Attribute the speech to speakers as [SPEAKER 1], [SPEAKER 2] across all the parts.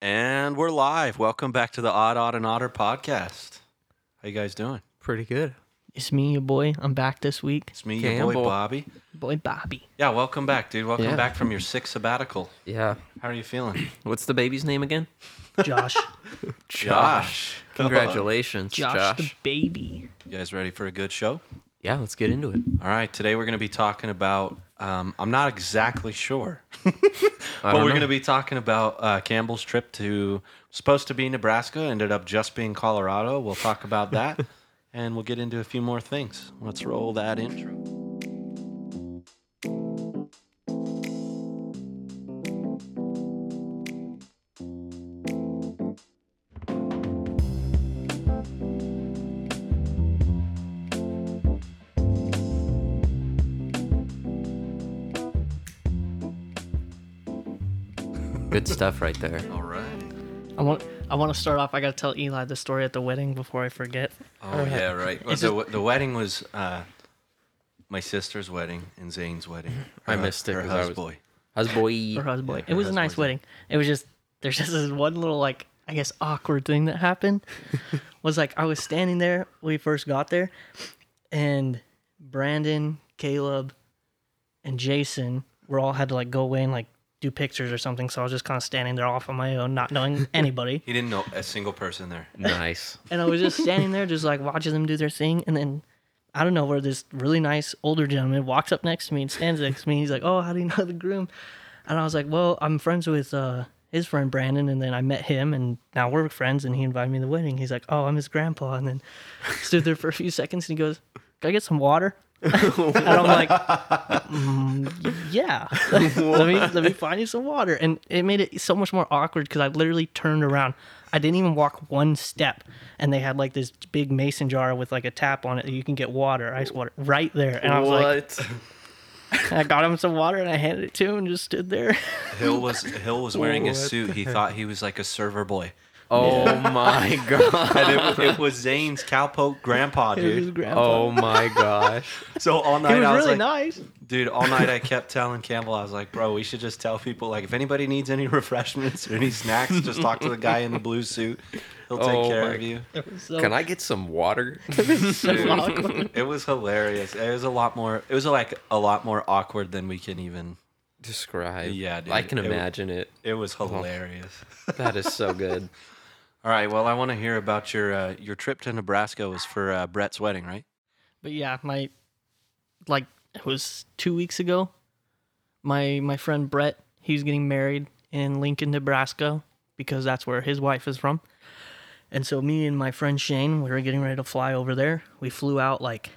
[SPEAKER 1] And we're live. Welcome back to the Odd Odd and Otter podcast. How you guys doing?
[SPEAKER 2] Pretty good.
[SPEAKER 3] It's me, your boy. I'm back this week.
[SPEAKER 1] It's me, your boy
[SPEAKER 2] Campbell.
[SPEAKER 1] Bobby.
[SPEAKER 3] Boy Bobby.
[SPEAKER 1] Yeah, welcome back, dude. Welcome
[SPEAKER 2] Yeah.
[SPEAKER 1] back from your sixth sabbatical.
[SPEAKER 2] Yeah.
[SPEAKER 1] How are you feeling?
[SPEAKER 2] What's the baby's name again?
[SPEAKER 3] Josh.
[SPEAKER 1] Josh.
[SPEAKER 2] Congratulations,
[SPEAKER 3] Josh,
[SPEAKER 2] Josh.
[SPEAKER 3] the baby.
[SPEAKER 1] You guys ready for a good show?
[SPEAKER 2] Yeah, let's get into it.
[SPEAKER 1] All right, today we're going to be talking about. Um, I'm not exactly sure,
[SPEAKER 2] I
[SPEAKER 1] but
[SPEAKER 2] don't
[SPEAKER 1] we're
[SPEAKER 2] know.
[SPEAKER 1] going to be talking about uh, Campbell's trip to supposed to be Nebraska, ended up just being Colorado. We'll talk about that, and we'll get into a few more things. Let's roll that intro.
[SPEAKER 2] Good stuff right there.
[SPEAKER 1] All right.
[SPEAKER 3] I want I want to start off. I got to tell Eli the story at the wedding before I forget.
[SPEAKER 1] Oh yeah, right. Well, the, we- the wedding was uh, my sister's wedding and Zane's wedding.
[SPEAKER 2] I
[SPEAKER 1] Her-
[SPEAKER 2] missed it
[SPEAKER 1] Her
[SPEAKER 2] 'cause I was-
[SPEAKER 1] husband.
[SPEAKER 2] How's boy? E?
[SPEAKER 3] Her husband.
[SPEAKER 1] her
[SPEAKER 3] it was a nice
[SPEAKER 1] husband's-
[SPEAKER 3] wedding. It was just, there's just this one little, like, I guess, awkward thing that happened. was like, I was standing there when we first got there, and Brandon, Caleb, and Jason were all had to, like, go away and, like, do pictures or something. So I was just kind of standing there off on my own, not knowing anybody.
[SPEAKER 1] He didn't know a single person there.
[SPEAKER 2] Nice.
[SPEAKER 3] and I was just standing there, just like watching them do their thing. And then I don't know where this really nice older gentleman walks up next to me and stands next to me. He's like, "Oh, how do you know the groom?" And I was like, "Well, I'm friends with uh, his friend Brandon, and then I met him, and now we're friends." And he invited me to the wedding. He's like, "Oh, I'm his grandpa." And then stood there for a few seconds, and he goes, "Can I get some water?" and I'm like, "Mm, "Yeah, let me let me find you some water." And it made it so much more awkward because I literally turned around. I didn't even walk one step, and they had like this big mason jar with like a tap on it that you can get water, ice water, right there. And I was like, I got him some water and I handed it to him and just stood there.
[SPEAKER 1] Hill was Hill was wearing a suit. He thought he was like a server boy.
[SPEAKER 2] oh my god.
[SPEAKER 1] And it, it was Zane's cowpoke grandpa,
[SPEAKER 3] It was his
[SPEAKER 1] dude.
[SPEAKER 3] grandpa.
[SPEAKER 2] Oh my gosh.
[SPEAKER 1] So all
[SPEAKER 3] He
[SPEAKER 1] night
[SPEAKER 3] was
[SPEAKER 1] I was
[SPEAKER 3] really
[SPEAKER 1] like,
[SPEAKER 3] nice.
[SPEAKER 1] dude, all night I kept telling Campbell, I was like, bro, we should just tell people like if anybody needs any refreshments or any snacks, just talk to the guy in the blue suit. He'll take
[SPEAKER 2] Oh
[SPEAKER 1] care
[SPEAKER 2] my
[SPEAKER 1] of you.
[SPEAKER 3] It was so,
[SPEAKER 2] Can I get some water?
[SPEAKER 3] so awkward.
[SPEAKER 1] It was hilarious. It was a lot more. It was like a lot more awkward than we can even.
[SPEAKER 2] Describe.
[SPEAKER 1] Yeah, dude.
[SPEAKER 2] I can
[SPEAKER 1] It-
[SPEAKER 2] imagine it.
[SPEAKER 1] It was hilarious.
[SPEAKER 2] That is so good.
[SPEAKER 1] All right. Well, I want to hear about your uh, your trip to Nebraska was for uh, Brett's wedding, right?
[SPEAKER 3] But yeah, my like it was two weeks ago. My my friend Brett, he's getting married in Lincoln, Nebraska, because that's where his wife is from. And so me and my friend Shane, we were getting ready to fly over there. We flew out like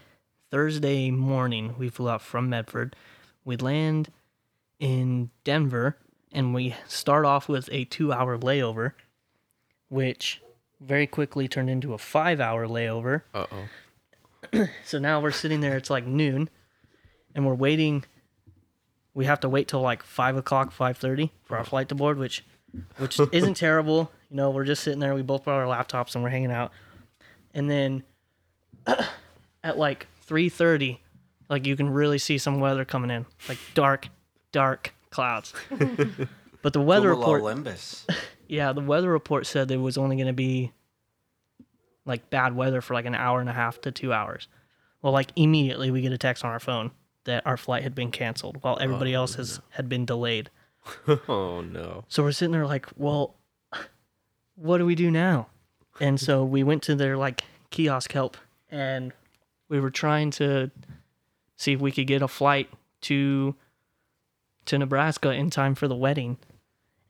[SPEAKER 3] Thursday morning. We flew out from Medford. We land in Denver and we start off with a two hour layover, which very quickly turned into a five hour layover.
[SPEAKER 2] Uh oh.
[SPEAKER 3] So now we're sitting there. It's like noon, and we're waiting. We have to wait till like five o'clock, five thirty for our flight to board, which, which isn't terrible. You know, we're just sitting there. We both brought our laptops and we're hanging out. And then, at like three thirty, like you can really see some weather coming in, like dark, dark clouds. but the weather
[SPEAKER 1] Little
[SPEAKER 3] report,
[SPEAKER 1] Olympus.
[SPEAKER 3] yeah, the weather report said there was only going to be like bad weather for like an hour and a half to two hours. Well, like immediately we get a text on our phone that our flight had been canceled while everybody else else's had been delayed.
[SPEAKER 2] Oh no.
[SPEAKER 3] So we're sitting there like, well, what do we do now? And so we went to their like kiosk help and we were trying to see if we could get a flight to to Nebraska in time for the wedding.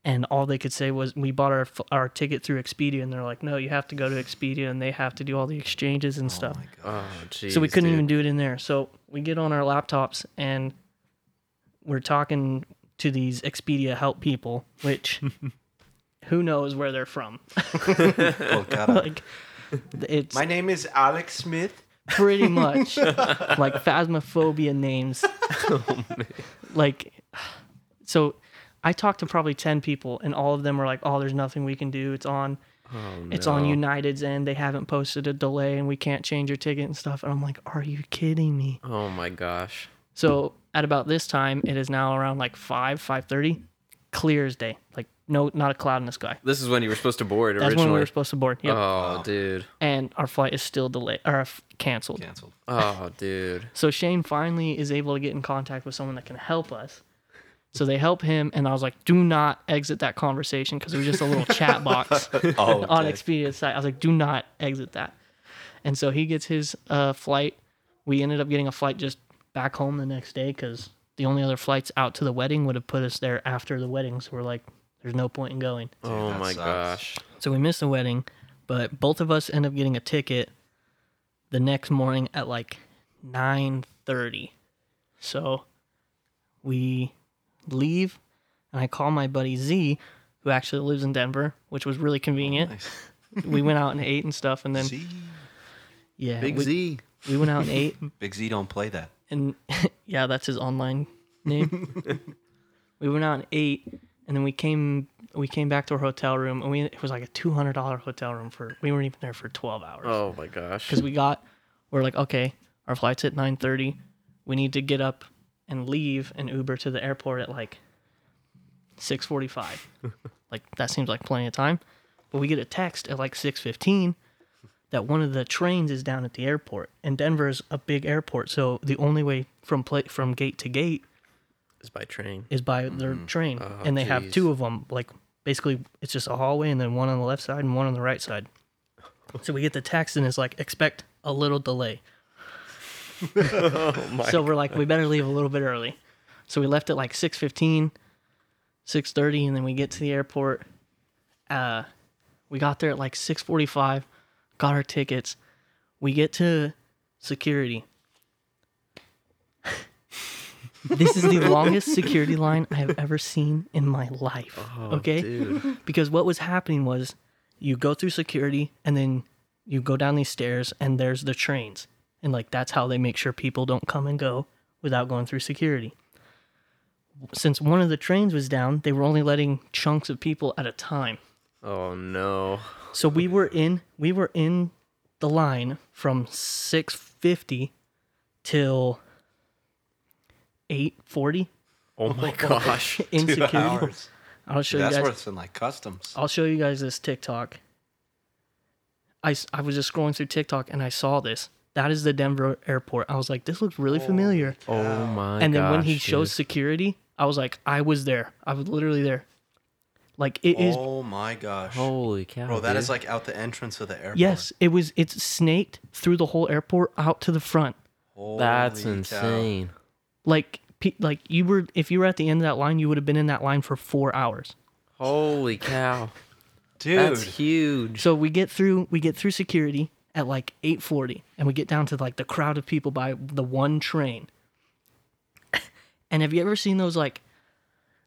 [SPEAKER 3] And all they could say was we bought our f- our ticket through Expedia and they're like, "No, you have to go to Expedia and they have to do all the exchanges and stuff."
[SPEAKER 2] Oh jeez.
[SPEAKER 3] so we couldn't
[SPEAKER 2] dude.
[SPEAKER 3] even do it in there. So we get on our laptops and we're talking to these Expedia help people, which who knows where they're from.
[SPEAKER 1] Oh, God, I-
[SPEAKER 3] like it's
[SPEAKER 1] My name is Alex Smith.
[SPEAKER 3] pretty much like phasmophobia names.
[SPEAKER 2] Oh,
[SPEAKER 3] like so I talked to probably 10 people and all of them were like, "Oh, there's nothing we can do. It's on
[SPEAKER 2] Oh, no.
[SPEAKER 3] it's on United's end. They haven't posted a delay and we can't change your ticket and stuff." And I'm like, "Are you kidding me?"
[SPEAKER 2] Oh my gosh.
[SPEAKER 3] So at about this time, it is now around like five, five thirty, clear as day, like no, not a cloud in the sky.
[SPEAKER 2] This is when you were supposed to board
[SPEAKER 3] That's
[SPEAKER 2] originally.
[SPEAKER 3] when we were supposed to board. Yep.
[SPEAKER 2] Oh, dude.
[SPEAKER 3] And our flight is still delayed or uh, f- canceled.
[SPEAKER 1] Canceled.
[SPEAKER 2] Oh, dude.
[SPEAKER 3] So Shane finally is able to get in contact with someone that can help us. So they help him, and I was like, "Do not exit that conversation because it was just a little chat box
[SPEAKER 1] Oh,
[SPEAKER 3] on
[SPEAKER 1] dang.
[SPEAKER 3] Expedia's site." I was like, "Do not exit that." And so he gets his uh, flight. We ended up getting a flight just back home the next day because the only other flights out to the wedding would have put us there after the wedding. So we're like, "There's no point in going."
[SPEAKER 2] oh
[SPEAKER 1] that
[SPEAKER 2] my
[SPEAKER 1] sucks.
[SPEAKER 2] gosh.
[SPEAKER 3] So we missed the wedding, but both of us end up getting a ticket the next morning at like 9:30. So we leave and I call my buddy Z who actually lives in Denver, which was really convenient.
[SPEAKER 1] Nice.
[SPEAKER 3] we went out and ate and stuff and then
[SPEAKER 1] Z.
[SPEAKER 3] yeah,
[SPEAKER 2] Big
[SPEAKER 3] we,
[SPEAKER 2] Z.
[SPEAKER 3] we went out and ate
[SPEAKER 1] Big Z don't play that.
[SPEAKER 3] and yeah, that's his online name. we went out and ate, and then we came we came back to our hotel room, and we it was like a two hundred dollar hotel room for we weren't even there for twelve hours
[SPEAKER 2] Oh my gosh.
[SPEAKER 3] because we got we're like okay, our flight's at nine thirty, we need to get up and leave and Uber to the airport at like six forty five, like that seems like plenty of time, but we get a text at like six fifteen that one of the trains is down at the airport, and Denver is a big airport, so the only way from pla from gate to gate
[SPEAKER 2] It's by train.
[SPEAKER 3] is by their train,
[SPEAKER 2] Oh,
[SPEAKER 3] and they have
[SPEAKER 2] geez.
[SPEAKER 3] two of them. Like basically, it's just a hallway, and then one on the left side and one on the right side. So we get the text, and it's like expect a little delay.
[SPEAKER 2] Oh my.
[SPEAKER 3] so we're like, we better leave a little bit early. So we left at like 6.15, 6.30, and then we get to the airport. Uh, we got there at like 6.45, got our tickets. We get to security. this is the longest security line I have ever seen in my life.
[SPEAKER 2] Oh,
[SPEAKER 3] okay?
[SPEAKER 2] Dude.
[SPEAKER 3] because what was happening was you go through security and then you go down these stairs and there's the trains and like that's how they make sure people don't come and go without going through security since one of the trains was down they were only letting chunks of people at a time
[SPEAKER 2] Oh no.
[SPEAKER 3] so we were in we were in the line from 650 till 840
[SPEAKER 2] Oh my gosh.
[SPEAKER 3] in
[SPEAKER 1] Two
[SPEAKER 3] security
[SPEAKER 1] hours.
[SPEAKER 3] i'll show you
[SPEAKER 1] That's
[SPEAKER 3] guys
[SPEAKER 1] worse than like customs.
[SPEAKER 3] I'll show you guys this TikTok. I, s- I was just scrolling through TikTok and I saw this. That is the Denver airport. I was like, this looks really familiar.
[SPEAKER 2] Oh my.
[SPEAKER 3] and then when he
[SPEAKER 2] gosh,
[SPEAKER 3] shows
[SPEAKER 2] dude.
[SPEAKER 3] security, I was like, I was there. I was literally there. Like it is.
[SPEAKER 1] oh my gosh.
[SPEAKER 2] Holy cow.
[SPEAKER 1] Bro, that
[SPEAKER 2] dude.
[SPEAKER 1] is like out the entrance of the airport.
[SPEAKER 3] Yes, it was. It's snaked through the whole airport out to the front.
[SPEAKER 1] Holy
[SPEAKER 2] That's
[SPEAKER 1] cow.
[SPEAKER 2] insane.
[SPEAKER 3] Like pe- like you were if you were at the end of that line, you would have been in that line for four hours.
[SPEAKER 2] Holy cow.
[SPEAKER 1] Dude.
[SPEAKER 2] That's huge.
[SPEAKER 3] So we get through we get through security at like 8:40 and we get down to like the crowd of people by the one train. and have you ever seen those like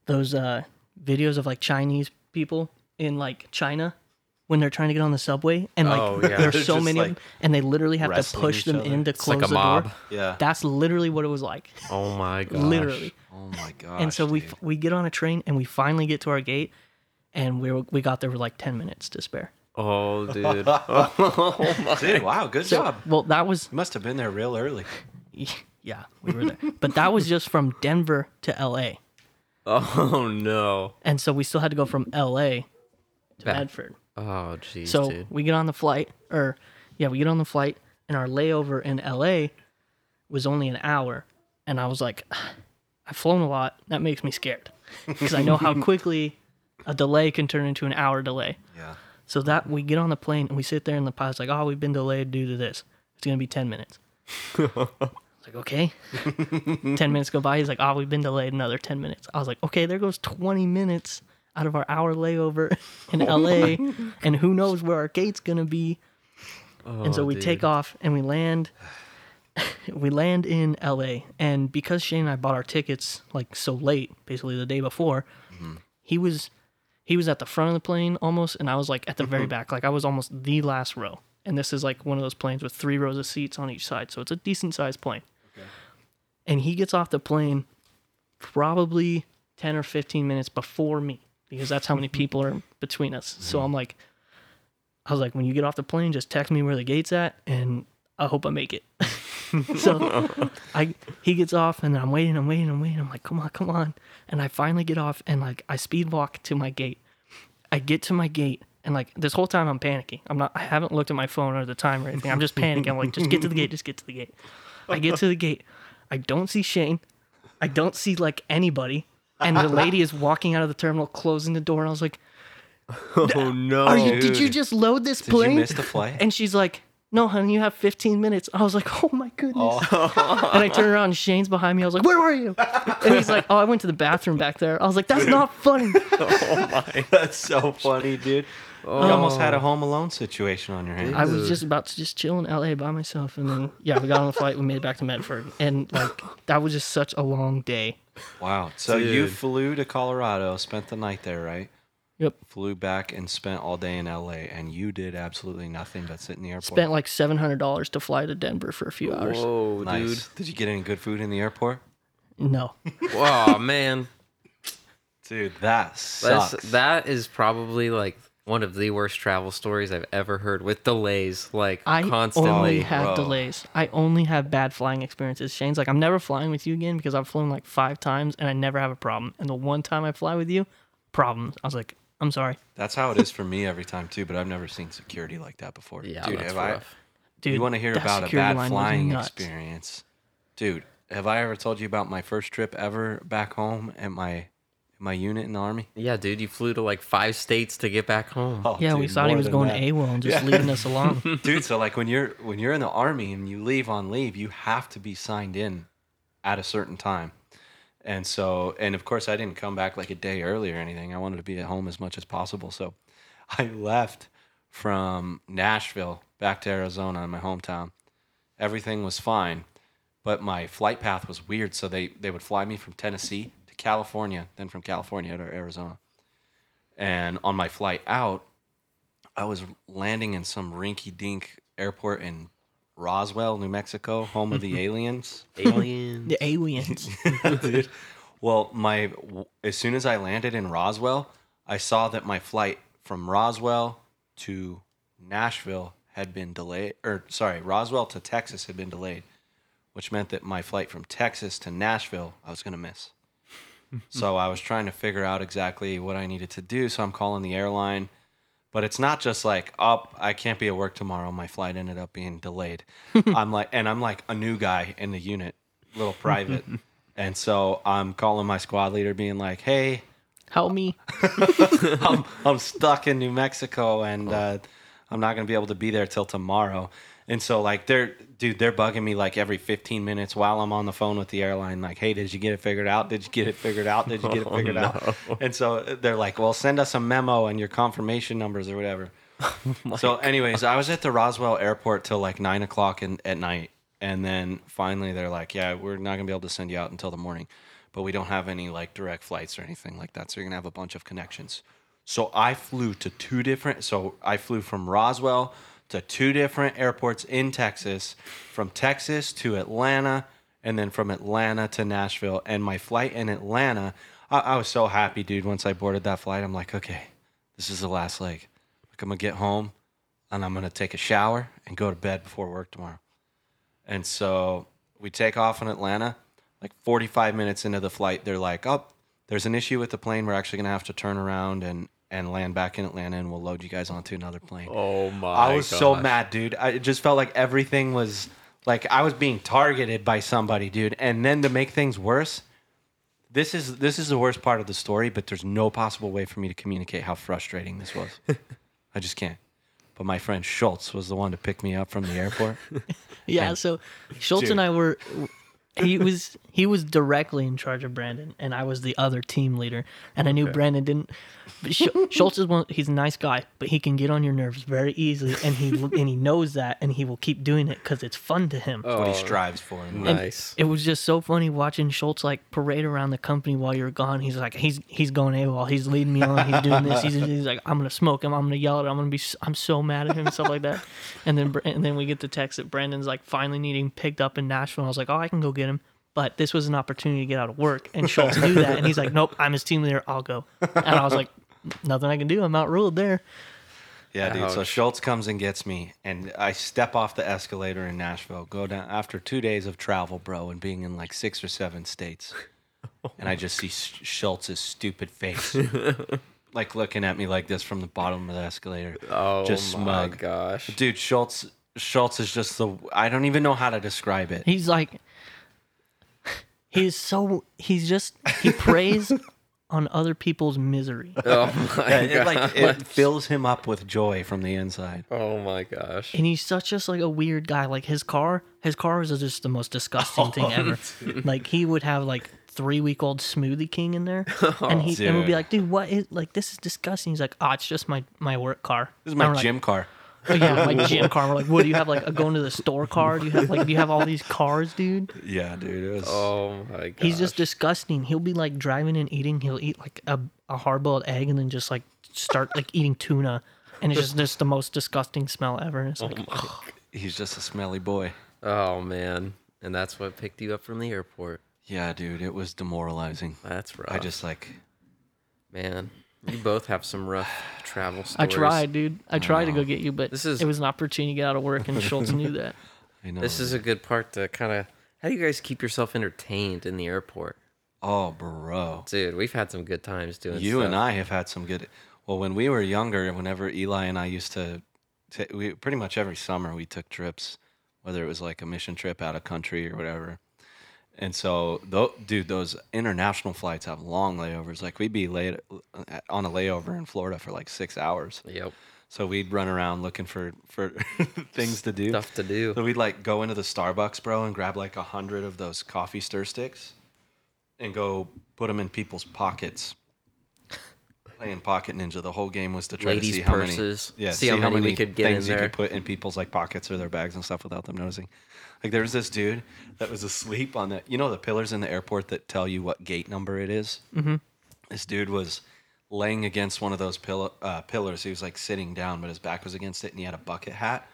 [SPEAKER 3] those uh videos of like Chinese people in like China when they're trying to get on the subway and like
[SPEAKER 2] Oh, yeah.
[SPEAKER 1] They're
[SPEAKER 3] there's so
[SPEAKER 1] just,
[SPEAKER 3] many of
[SPEAKER 1] like,
[SPEAKER 3] them and they literally have to
[SPEAKER 1] wrestling
[SPEAKER 3] push
[SPEAKER 1] each
[SPEAKER 3] them
[SPEAKER 1] other.
[SPEAKER 3] in to
[SPEAKER 2] It's
[SPEAKER 3] close
[SPEAKER 2] like a
[SPEAKER 3] the
[SPEAKER 2] mob.
[SPEAKER 3] door.
[SPEAKER 1] yeah.
[SPEAKER 3] That's literally what it was like.
[SPEAKER 2] Oh my gosh.
[SPEAKER 3] literally.
[SPEAKER 1] oh my gosh.
[SPEAKER 3] And so we
[SPEAKER 1] dude.
[SPEAKER 3] f- we get on a train and we finally get to our gate and we were, we got there with like 10 minutes to spare.
[SPEAKER 2] Oh dude. Oh my.
[SPEAKER 1] Dude, wow, good job.
[SPEAKER 3] Well, that was
[SPEAKER 1] You must have been there real early.
[SPEAKER 3] Yeah, we were there. but that was just from Denver to LA.
[SPEAKER 2] Oh no.
[SPEAKER 3] And so we still had to go from LA to
[SPEAKER 2] Back.
[SPEAKER 3] Medford.
[SPEAKER 2] Oh jeez,
[SPEAKER 3] So
[SPEAKER 2] dude.
[SPEAKER 3] we get on the flight, or yeah, we get on the flight, and our layover in LA was only an hour. And I was like, I've flown a lot. That makes me scared because I know how quickly a delay can turn into an hour delay.
[SPEAKER 1] Yeah.
[SPEAKER 3] So that we get on the plane and we sit there, and the pilot's like, "Oh, we've been delayed due to this. It's gonna be ten minutes." I was like, "Okay." ten minutes go by. He's like, "Oh, we've been delayed another ten minutes." I was like, "Okay, there goes twenty minutes out of our hour layover in
[SPEAKER 2] Oh
[SPEAKER 3] LA, and who knows where our gate's gonna be." and so
[SPEAKER 2] Oh,
[SPEAKER 3] we
[SPEAKER 2] dude.
[SPEAKER 3] take off and we land. we land in LA, and because Shane and I bought our tickets like so late, basically the day before, he was he was at the front of the plane almost, and I was like at the very back, like I was almost the last row. And this is like one of those planes with three rows of seats on each side, so it's a decent sized plane. And he gets off the plane probably ten or fifteen minutes before me because that's how many people are between us. So I'm like, I was like, when you get off the plane, just text me where the gate's at, and I hope I make it. so I he gets off, and I'm waiting, I'm waiting, I'm waiting. I'm like, come on, come on. And I finally get off, and like I speed walk to my gate, I get to my gate and like this whole time I'm panicking. I'm not I haven't looked at my phone or the time or anything. I'm just panicking. I'm like, just get to the gate, just get to the gate. I get to the gate. I don't see Shane. I don't see like anybody. And the lady is walking out of the terminal, closing the door, and I was like,
[SPEAKER 2] Oh no.
[SPEAKER 3] Are you did you just load this
[SPEAKER 1] Did
[SPEAKER 3] plane?
[SPEAKER 1] you miss the flight?
[SPEAKER 3] And she's like, No, honey, you have 15 minutes. I was like, Oh my goodness. and I turn around, and Shane's behind me. I was like, Where were you? And he's like, Oh, I went to the bathroom back there. I was like, That's not funny.
[SPEAKER 1] That's so funny, dude. You almost had a Home Alone situation on your hands.
[SPEAKER 3] I was just about to just chill in LA by myself. And then, yeah, we got on the flight. We made it back to Medford. And like, that was just such a long day.
[SPEAKER 1] Wow. So you
[SPEAKER 2] Dude.
[SPEAKER 1] flew to Colorado, spent the night there, right?
[SPEAKER 3] Yep.
[SPEAKER 1] Flew back and spent all day in LA, and you did absolutely nothing but sit in the airport.
[SPEAKER 3] Spent like $700 to fly to Denver for a few hours.
[SPEAKER 2] Whoa,
[SPEAKER 1] nice. Did you get any good food in the airport?
[SPEAKER 3] No.
[SPEAKER 2] dude. Wow, man.
[SPEAKER 1] Dude, that
[SPEAKER 2] That's,
[SPEAKER 1] sucks.
[SPEAKER 2] that is probably like one of the worst travel stories I've ever heard with delays, like
[SPEAKER 3] I only
[SPEAKER 2] constantly.
[SPEAKER 3] have
[SPEAKER 1] bro.
[SPEAKER 3] delays. I only have bad flying experiences. Shane's like, I'm never flying with you again because I've flown like five times and I never have a problem. And the one time I fly with you, problems. I was like, I'm sorry,
[SPEAKER 1] That's how it is for me every time too. But I've never seen security like that before.
[SPEAKER 2] Yeah,
[SPEAKER 1] dude,
[SPEAKER 2] that's
[SPEAKER 1] have I-
[SPEAKER 2] rough.
[SPEAKER 3] dude.
[SPEAKER 1] you want to hear
[SPEAKER 3] that
[SPEAKER 1] about a
[SPEAKER 3] security
[SPEAKER 1] bad
[SPEAKER 3] line was
[SPEAKER 1] flying
[SPEAKER 3] nuts.
[SPEAKER 1] experience, dude? Have I ever told you about my first trip ever back home at my my unit in the army?
[SPEAKER 2] Yeah, dude, you flew to like five states to get back home.
[SPEAKER 1] Oh,
[SPEAKER 3] Yeah, we
[SPEAKER 1] dude,
[SPEAKER 3] thought he
[SPEAKER 1] more
[SPEAKER 3] was
[SPEAKER 1] than
[SPEAKER 3] going
[SPEAKER 1] that.
[SPEAKER 3] AWOL and just leaving us alone.
[SPEAKER 1] dude so like when you're when you're in the army and you leave on leave you have to be signed in at a certain time and so and of course i didn't come back like a day early or anything i wanted to be at home as much as possible so i left from nashville back to arizona my hometown everything was fine but my flight path was weird so they they would fly me from tennessee to california then from california to arizona and on my flight out I was landing in some rinky dink airport in Roswell, New Mexico, home of the aliens.
[SPEAKER 2] Alien.
[SPEAKER 3] the aliens.
[SPEAKER 1] Dude. Well, my as soon as I landed in Roswell, I saw that my flight from Roswell to Nashville had been delayed or sorry, Roswell to Texas had been delayed, which meant that my flight from Texas to Nashville I was going to miss. so I was trying to figure out exactly what I needed to do, so I'm calling the airline but it's not just like up i can't be at work tomorrow my flight ended up being delayed i'm like and i'm like a new guy in the unit little private and so i'm calling my squad leader being like hey
[SPEAKER 3] Help me.
[SPEAKER 1] i'm, I'm stuck in new mexico and uh, i'm not going to be able to be there till tomorrow and so like they're dude they're bugging me like every 15 minutes while i'm on the phone with the airline like hey did you get it figured out did you get it figured out did you get it figured out and so they're like well send us a memo and your confirmation numbers or whatever so, anyways, I was at the Roswell airport till like nine o'clock in, at night, and then finally they're like, "Yeah, we're not gonna be able to send you out until the morning, but we don't have any like direct flights or anything like that, so you're gonna have a bunch of connections." So I flew to two different. So I flew from Roswell to two different airports in Texas, from Texas to Atlanta, and then from Atlanta to Nashville. And my flight in Atlanta, I, I was so happy, dude. Once I boarded that flight, I'm like, okay, this is the last leg. Like I'm gonna get home and I'm gonna take a shower and go to bed before work tomorrow. And so we take off in Atlanta. Like 45 minutes into the flight, they're like, "Oh, there's an issue with the plane. We're actually gonna have to turn around and and land back in Atlanta, and we'll load you guys onto another plane."
[SPEAKER 2] Oh my
[SPEAKER 1] I was so
[SPEAKER 2] gosh.
[SPEAKER 1] mad, dude. I it just felt like everything was like I was being targeted by somebody, dude. And then to make things worse, this is this is the worst part of the story, but there's no possible way for me to communicate how frustrating this was. I just can't. But my friend Schultz was the one to pick me up from the airport.
[SPEAKER 3] Yeah, so Schultz and I were he was he was directly in charge of Brandon and I was the other team leader and I knew Brandon didn't but Sch- Schultz is one he's a nice guy but he can get on your nerves very easily and he and he knows that and he will keep doing it cuz it's fun to him.
[SPEAKER 1] That's what
[SPEAKER 2] Oh.
[SPEAKER 1] he strives for. in life.
[SPEAKER 2] Nice.
[SPEAKER 3] It was just so funny watching Schultz like parade around the company while you're gone. He's like, he's he's going AWOL. He's leading me on. He's doing this. He's, he's like, I'm gonna smoke him. I'm gonna yell at him. I'm gonna be. s- I'm so mad at him and stuff like that. And then Br- and then we get the text that Brandon's like finally needing picked up in Nashville. And I was like, oh, I can go get him. But this was an opportunity to get out of work, and Schultz knew that. And he's like, nope, I'm his team leader. I'll go. And I was like, nothing I can do. I'm outruled there.
[SPEAKER 1] Yeah, dude. So
[SPEAKER 2] Ouch.
[SPEAKER 1] Schultz comes and gets me, and I step off the escalator in Nashville. Go down after two days of travel, bro, and being in like six or seven states, and I just see Sch- Schultz's stupid face. like looking at me like this from the bottom of the escalator.
[SPEAKER 2] Oh
[SPEAKER 1] Just
[SPEAKER 2] my
[SPEAKER 1] smug.
[SPEAKER 2] gosh.
[SPEAKER 1] Dude, Schultz Schultz is just the I don't even know how to describe it.
[SPEAKER 3] He's like, he's so he's just he preys on other people's misery.
[SPEAKER 2] Oh my
[SPEAKER 1] Yeah, it, like it
[SPEAKER 2] gosh.
[SPEAKER 1] fills him up with joy from the inside.
[SPEAKER 2] Oh my gosh.
[SPEAKER 3] and he's such just like a weird guy. Like his car, his car is just the most disgusting
[SPEAKER 1] Oh,
[SPEAKER 3] thing ever. Like he would have like three week old smoothie king in there, and he and would be
[SPEAKER 1] Oh, dude.
[SPEAKER 3] like, "Dude, what is like this is disgusting." He's like, "Ah, it's just my my work car.
[SPEAKER 1] This is my
[SPEAKER 3] And we're
[SPEAKER 1] gym car.
[SPEAKER 3] Like, oh, yeah, my gym car." We're like, "What do you have? Like a going to the store car? Do you have like do you have all these cars, dude?"
[SPEAKER 1] Yeah, dude. It was
[SPEAKER 2] Oh my gosh.
[SPEAKER 3] He's just disgusting. He'll be like driving and eating. He'll eat like a, a hard boiled egg and then just like start like eating tuna. And it's just, just the most disgusting smell ever. And It's like,
[SPEAKER 1] he's just a smelly boy.
[SPEAKER 2] Oh man. And that's what picked you up from the airport.
[SPEAKER 1] Yeah, dude, it was demoralizing.
[SPEAKER 2] That's rough.
[SPEAKER 1] I just like
[SPEAKER 2] man. You both have some rough travel stories.
[SPEAKER 3] I tried, dude. I tried to go get you, but
[SPEAKER 2] This is-
[SPEAKER 3] it was an opportunity to get out of work, and Schultz knew that.
[SPEAKER 1] I know.
[SPEAKER 2] This is a good part to kind of. How do you guys keep yourself entertained in the airport,
[SPEAKER 1] oh, bro.
[SPEAKER 2] dude? We've had some good times doing.
[SPEAKER 1] You
[SPEAKER 2] stuff.
[SPEAKER 1] and I have had some good. Well, when we were younger, whenever Eli and I used to, ta we pretty much every summer we took trips, whether it was like a mission trip out of country or whatever. And so, though, dude, those international flights have long layovers. Like we'd be late on a layover in Florida for like six hours.
[SPEAKER 2] Yep.
[SPEAKER 1] So we'd run around looking for for things to do.
[SPEAKER 2] Stuff to do.
[SPEAKER 1] So we'd like go into the Starbucks, bro, and grab like a hundred of those coffee stir sticks, and go put them in people's pockets. Playing pocket ninja, the whole game was to try
[SPEAKER 2] Ladies'
[SPEAKER 1] to see how
[SPEAKER 2] purses.
[SPEAKER 1] many, yeah,
[SPEAKER 2] See how many we could get
[SPEAKER 1] things
[SPEAKER 2] in
[SPEAKER 1] you
[SPEAKER 2] there.
[SPEAKER 1] could put in people's like pockets or their bags and stuff without them noticing. Like there was this dude that was asleep on the, you know, the pillars in the airport that tell you what gate number it is?
[SPEAKER 2] Mm-hmm.
[SPEAKER 1] this dude was laying against one of those pillow, uh, pillars. He was like sitting down, but his back was against it, and he had a bucket hat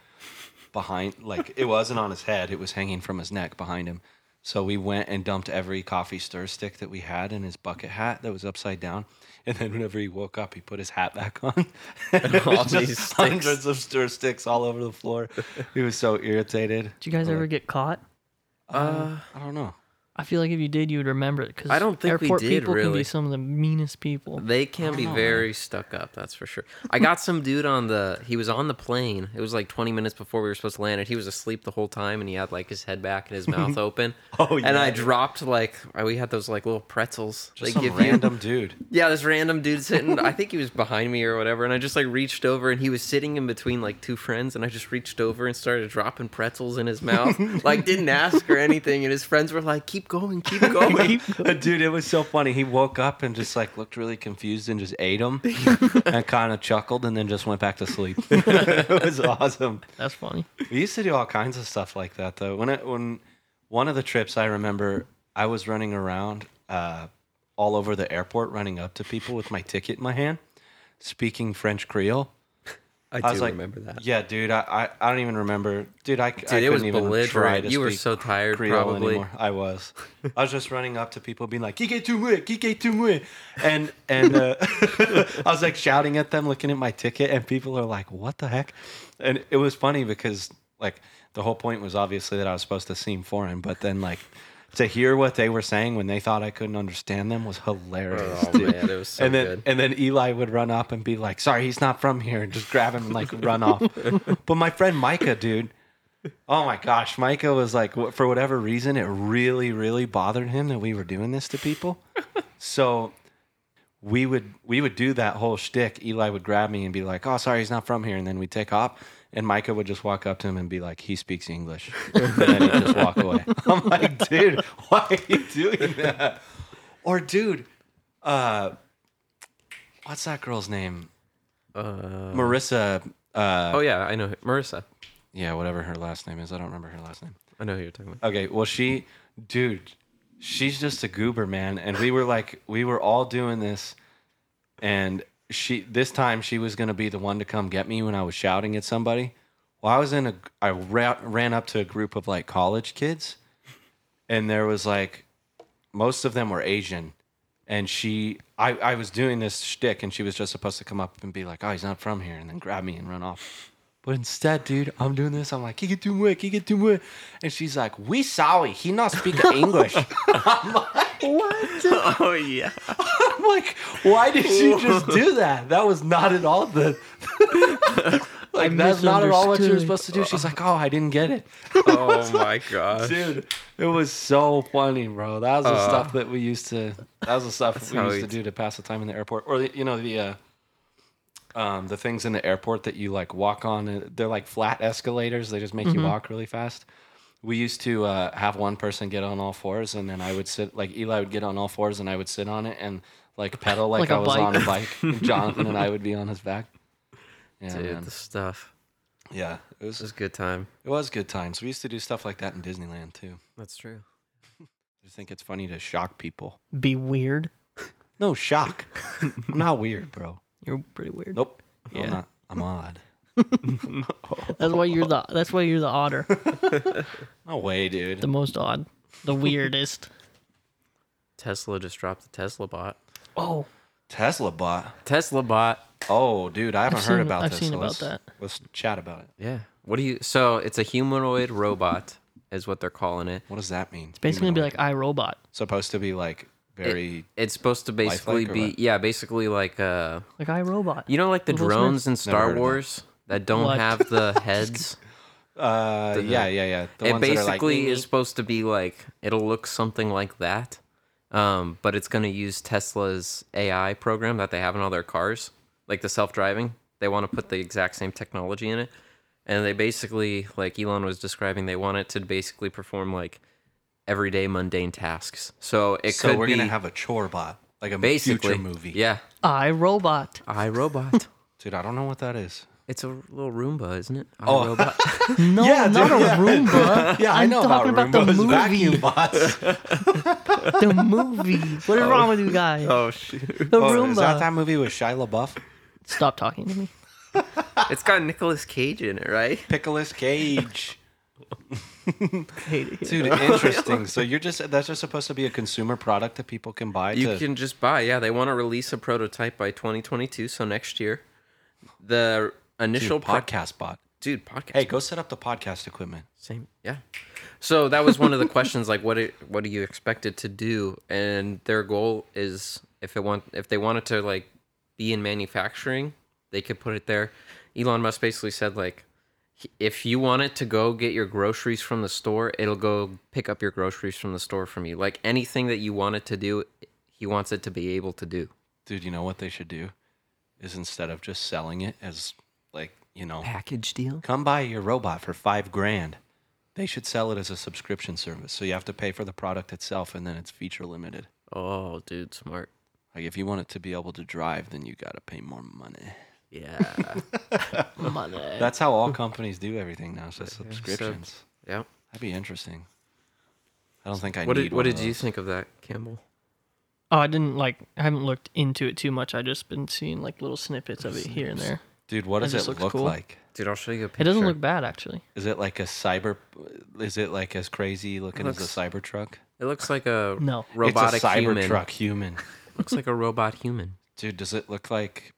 [SPEAKER 1] behind. Like it wasn't on his head; it was hanging from his neck behind him. So we went and dumped every coffee stir stick that we had in his bucket hat that was upside down. And then whenever he woke up, he put his hat back on. And it
[SPEAKER 2] All
[SPEAKER 1] was just
[SPEAKER 2] these sticks.
[SPEAKER 1] hundreds of stir sticks all over the floor. He was so irritated.
[SPEAKER 3] Did you guys ever get caught?
[SPEAKER 2] Uh,
[SPEAKER 1] I don't know.
[SPEAKER 3] I feel like if you did, you would remember it. Because
[SPEAKER 2] I don't think we
[SPEAKER 3] airport
[SPEAKER 2] did,
[SPEAKER 3] people can
[SPEAKER 2] really.
[SPEAKER 3] be some of the meanest people.
[SPEAKER 2] They can be very stuck up, that's for sure. I got some dude on the he was on the plane. It was like 20 minutes before we were supposed to land and he was asleep the whole time and he had like his head back and his mouth open.
[SPEAKER 1] Oh,
[SPEAKER 2] And I
[SPEAKER 1] yeah.
[SPEAKER 2] dropped like uh, we had those like little pretzels.
[SPEAKER 1] Just
[SPEAKER 2] they
[SPEAKER 1] some
[SPEAKER 2] you-
[SPEAKER 1] random dude.
[SPEAKER 2] Yeah, this random dude sitting. I think he was behind me or whatever, and I just like reached over, and he was sitting in between like two friends, and I just reached over and started dropping pretzels in his mouth, like didn't ask or anything, and his friends were like, "Keep going, keep going."
[SPEAKER 1] Dude, it was so funny. He woke up and just like looked really confused and just ate them and kind of chuckled and then just went back to sleep. it was awesome.
[SPEAKER 3] That's funny.
[SPEAKER 1] We used to do all kinds of stuff like that though. When it, when one of the trips I remember, I was running around uh, all over the airport, running up to people with my ticket in my hand, speaking French Creole.
[SPEAKER 2] I, do
[SPEAKER 1] I was like,
[SPEAKER 2] remember that.
[SPEAKER 1] Yeah, dude, I, I, I don't even remember. Dude, I, I
[SPEAKER 2] Dude, it was
[SPEAKER 1] couldn't even try to
[SPEAKER 2] belligerent. You were
[SPEAKER 1] speak
[SPEAKER 2] so tired,
[SPEAKER 1] Creole
[SPEAKER 2] probably.
[SPEAKER 1] anymore. I was. I was just running up to people, being like, "Kike tu mue, kike tu mue," and and uh, I was like shouting at them, looking at my ticket, and people are like, "What the heck?" And it was funny because like the whole point was obviously that I was supposed to seem foreign, but then like to hear what they were saying when they thought I couldn't understand them was hilarious.
[SPEAKER 2] Oh man, it was so
[SPEAKER 1] and then
[SPEAKER 2] good.
[SPEAKER 1] and then Eli would run up and be like, "Sorry, he's not from here," and just grab him and like run off. But my friend Micah, dude, oh my gosh, Micah was like, wh- for whatever reason, it really, really bothered him that we were doing this to people. So we would we would do that whole shtick. Eli would grab me and be like, "Oh, sorry, he's not from here," and then we would take off. And Micah would just walk up to him and be like, "He speaks English," and then he'd just walk away. I'm like, "Dude, why are you doing that?" Or, dude, uh, what's that girl's name?
[SPEAKER 2] Uh,
[SPEAKER 1] Marissa. Uh,
[SPEAKER 2] oh yeah, I know Marissa.
[SPEAKER 1] yeah, whatever her last name is. I don't remember her last name.
[SPEAKER 2] I know who you're talking about.
[SPEAKER 1] Okay, well, she, dude, she's just a goober, man. And we were like, we were all doing this, and she, this time, she was gonna be the one to come get me when I was shouting at somebody. Well, I was in a, I ra- ran up to a group of like college kids, and there was like, most of them were Asian. And she, I, I was doing this shtick, and she was just supposed to come up and be like, "Oh, he's not from here," and then grab me and run off. But instead, dude, I'm doing this. I'm like, "Kike tumwe, kike tumwe," and she's like, "We sorry, he not speak English."
[SPEAKER 2] Oh yeah.
[SPEAKER 1] like, why did you just do that? That was not at all the. like, that's not at all what you were
[SPEAKER 3] misunderstood.
[SPEAKER 1] supposed to do. She's like, oh, I didn't get it.
[SPEAKER 2] Oh my gosh.
[SPEAKER 1] Dude, it was so funny, bro. That was the
[SPEAKER 2] Uh,
[SPEAKER 1] stuff that we used to. That was the stuff we
[SPEAKER 2] how
[SPEAKER 1] used
[SPEAKER 2] we
[SPEAKER 1] to
[SPEAKER 2] d-
[SPEAKER 1] do to pass the time in the airport, or the- you know the. Uh, um, the things in the airport that you like walk on, uh, they're like flat escalators. They just make
[SPEAKER 2] Mm-hmm.
[SPEAKER 1] you walk really fast. We used to uh, have one person get on all fours, and then I would sit like Eli would get on all fours, and I would sit on it and like pedal like,
[SPEAKER 3] Like
[SPEAKER 1] I
[SPEAKER 3] a
[SPEAKER 1] was
[SPEAKER 3] bike.
[SPEAKER 1] on a bike. and Jonathan and I would be on his back. Yeah,
[SPEAKER 2] Dude,
[SPEAKER 1] man.
[SPEAKER 2] the stuff.
[SPEAKER 1] yeah. It was
[SPEAKER 2] This is a good time.
[SPEAKER 1] it was good times. We used to do stuff like that in Disneyland too.
[SPEAKER 2] That's true.
[SPEAKER 1] I just think it's funny to shock people.
[SPEAKER 3] Be weird.
[SPEAKER 1] No shock. I'm not weird, bro.
[SPEAKER 3] You're pretty weird.
[SPEAKER 1] Nope.
[SPEAKER 2] Yeah.
[SPEAKER 1] I'm not. I'm odd.
[SPEAKER 3] That's why you're the. That's why you're the odder,
[SPEAKER 1] No way, dude.
[SPEAKER 3] the most odd, the weirdest.
[SPEAKER 2] Tesla just dropped the Tesla bot.
[SPEAKER 3] Oh,
[SPEAKER 1] Tesla bot.
[SPEAKER 2] Tesla bot.
[SPEAKER 1] Oh, dude, I haven't
[SPEAKER 3] I've
[SPEAKER 1] heard
[SPEAKER 3] seen-
[SPEAKER 1] about
[SPEAKER 3] I've
[SPEAKER 1] this.
[SPEAKER 3] seen
[SPEAKER 1] so
[SPEAKER 3] about
[SPEAKER 1] let's,
[SPEAKER 3] that.
[SPEAKER 1] Let's chat about it.
[SPEAKER 2] Yeah. What do you? So it's a humanoid robot, is what they're calling it.
[SPEAKER 1] What does that mean? It's
[SPEAKER 3] basically be like iRobot.
[SPEAKER 1] supposed to be like very.
[SPEAKER 2] It's supposed to basically
[SPEAKER 1] Lifelike or
[SPEAKER 2] be
[SPEAKER 1] what?
[SPEAKER 2] yeah, basically like uh,
[SPEAKER 3] Like iRobot.
[SPEAKER 2] you know, like the
[SPEAKER 3] Will Smith?
[SPEAKER 2] drones in Star
[SPEAKER 1] heard of it.
[SPEAKER 2] Wars that don't
[SPEAKER 3] What?
[SPEAKER 2] have the heads.
[SPEAKER 1] uh, yeah, yeah, yeah. The
[SPEAKER 2] it
[SPEAKER 1] ones that are like, "Mm,
[SPEAKER 2] basically is
[SPEAKER 1] "Nee,
[SPEAKER 2] supposed to be like it'll look something like that, um, but it's going to use Tesla's AI program that they have in all their cars, like the self-driving. They want to put the exact same technology in it, and they basically, like Elon was describing, they want it to basically perform like everyday mundane tasks. So
[SPEAKER 1] nee."
[SPEAKER 2] it
[SPEAKER 1] So
[SPEAKER 2] could
[SPEAKER 1] we're
[SPEAKER 2] be
[SPEAKER 1] gonna have a chore bot, like a
[SPEAKER 2] basically
[SPEAKER 1] future movie.
[SPEAKER 2] Yeah,
[SPEAKER 3] iRobot.
[SPEAKER 2] iRobot.
[SPEAKER 1] dude, I don't know what that is.
[SPEAKER 2] it's a little Roomba, isn't it? Oh, iRobot.
[SPEAKER 3] No,
[SPEAKER 1] Yeah,
[SPEAKER 3] not
[SPEAKER 1] dude,
[SPEAKER 3] a
[SPEAKER 1] yeah.
[SPEAKER 3] Roomba.
[SPEAKER 1] Yeah,
[SPEAKER 3] I'm talking about the
[SPEAKER 1] Roombas,
[SPEAKER 3] movie.
[SPEAKER 1] vacuum bots.
[SPEAKER 3] The movie. What is wrong with you guys?
[SPEAKER 2] oh shoot!
[SPEAKER 3] The
[SPEAKER 1] Oh,
[SPEAKER 3] Roomba.
[SPEAKER 1] is that that movie with Shia LaBeouf?
[SPEAKER 3] Stop talking to me.
[SPEAKER 2] it's got Nicolas Cage in it, right?
[SPEAKER 1] Pickles Cage.
[SPEAKER 3] I hate it. here.
[SPEAKER 1] Dude, interesting. So you're just that's just supposed to be a consumer product that people can buy.
[SPEAKER 2] You
[SPEAKER 1] to,
[SPEAKER 2] can just buy. Yeah, they want to release a prototype by 2022, so next year. The initial
[SPEAKER 1] dude,
[SPEAKER 2] pro-
[SPEAKER 1] podcast bot.
[SPEAKER 2] dude podcast.
[SPEAKER 1] Hey, go set up the podcast equipment.
[SPEAKER 2] same. Yeah. So that was one of the questions, like what it, what do you expect it to do? And their goal is if it want if they wanted to like be in manufacturing, they could put it there. Elon Musk basically said like if you want it to go get your groceries from the store, it'll go pick up your groceries from the store from you. Like anything that you want it to do, he wants it to be able to do.
[SPEAKER 1] Dude, you know what they should do? Is instead of just selling it as like, you know,
[SPEAKER 2] package deal.
[SPEAKER 1] come buy your robot for five grand. They should sell it as a subscription service. So you have to pay for the product itself and then it's feature limited.
[SPEAKER 2] Oh, dude, smart.
[SPEAKER 1] Like if you want it to be able to drive, then you gotta pay more money.
[SPEAKER 2] Yeah.
[SPEAKER 3] Money.
[SPEAKER 1] That's how all companies do everything now, so subscriptions.
[SPEAKER 2] yeah.
[SPEAKER 1] That'd be interesting. I don't think I
[SPEAKER 2] What
[SPEAKER 1] need
[SPEAKER 2] did
[SPEAKER 1] one
[SPEAKER 2] what did
[SPEAKER 1] of
[SPEAKER 2] you
[SPEAKER 1] those.
[SPEAKER 2] think of that, Campbell?
[SPEAKER 3] Oh, I didn't like. I haven't looked into it too much. I just been seeing like little snippets of it here and there.
[SPEAKER 1] Dude, what
[SPEAKER 3] That
[SPEAKER 1] does it
[SPEAKER 3] just looks
[SPEAKER 1] look
[SPEAKER 3] cool.
[SPEAKER 1] like?
[SPEAKER 2] Dude, I'll show you a picture.
[SPEAKER 3] It doesn't look bad actually.
[SPEAKER 1] Is it like a cyber? Is it like as crazy looking as a cyber truck?
[SPEAKER 2] It looks like a
[SPEAKER 3] No. It's a
[SPEAKER 2] robotic
[SPEAKER 1] it's a cyber
[SPEAKER 2] human.
[SPEAKER 1] truck human.
[SPEAKER 2] looks like a robot human.
[SPEAKER 1] Dude, does it look like?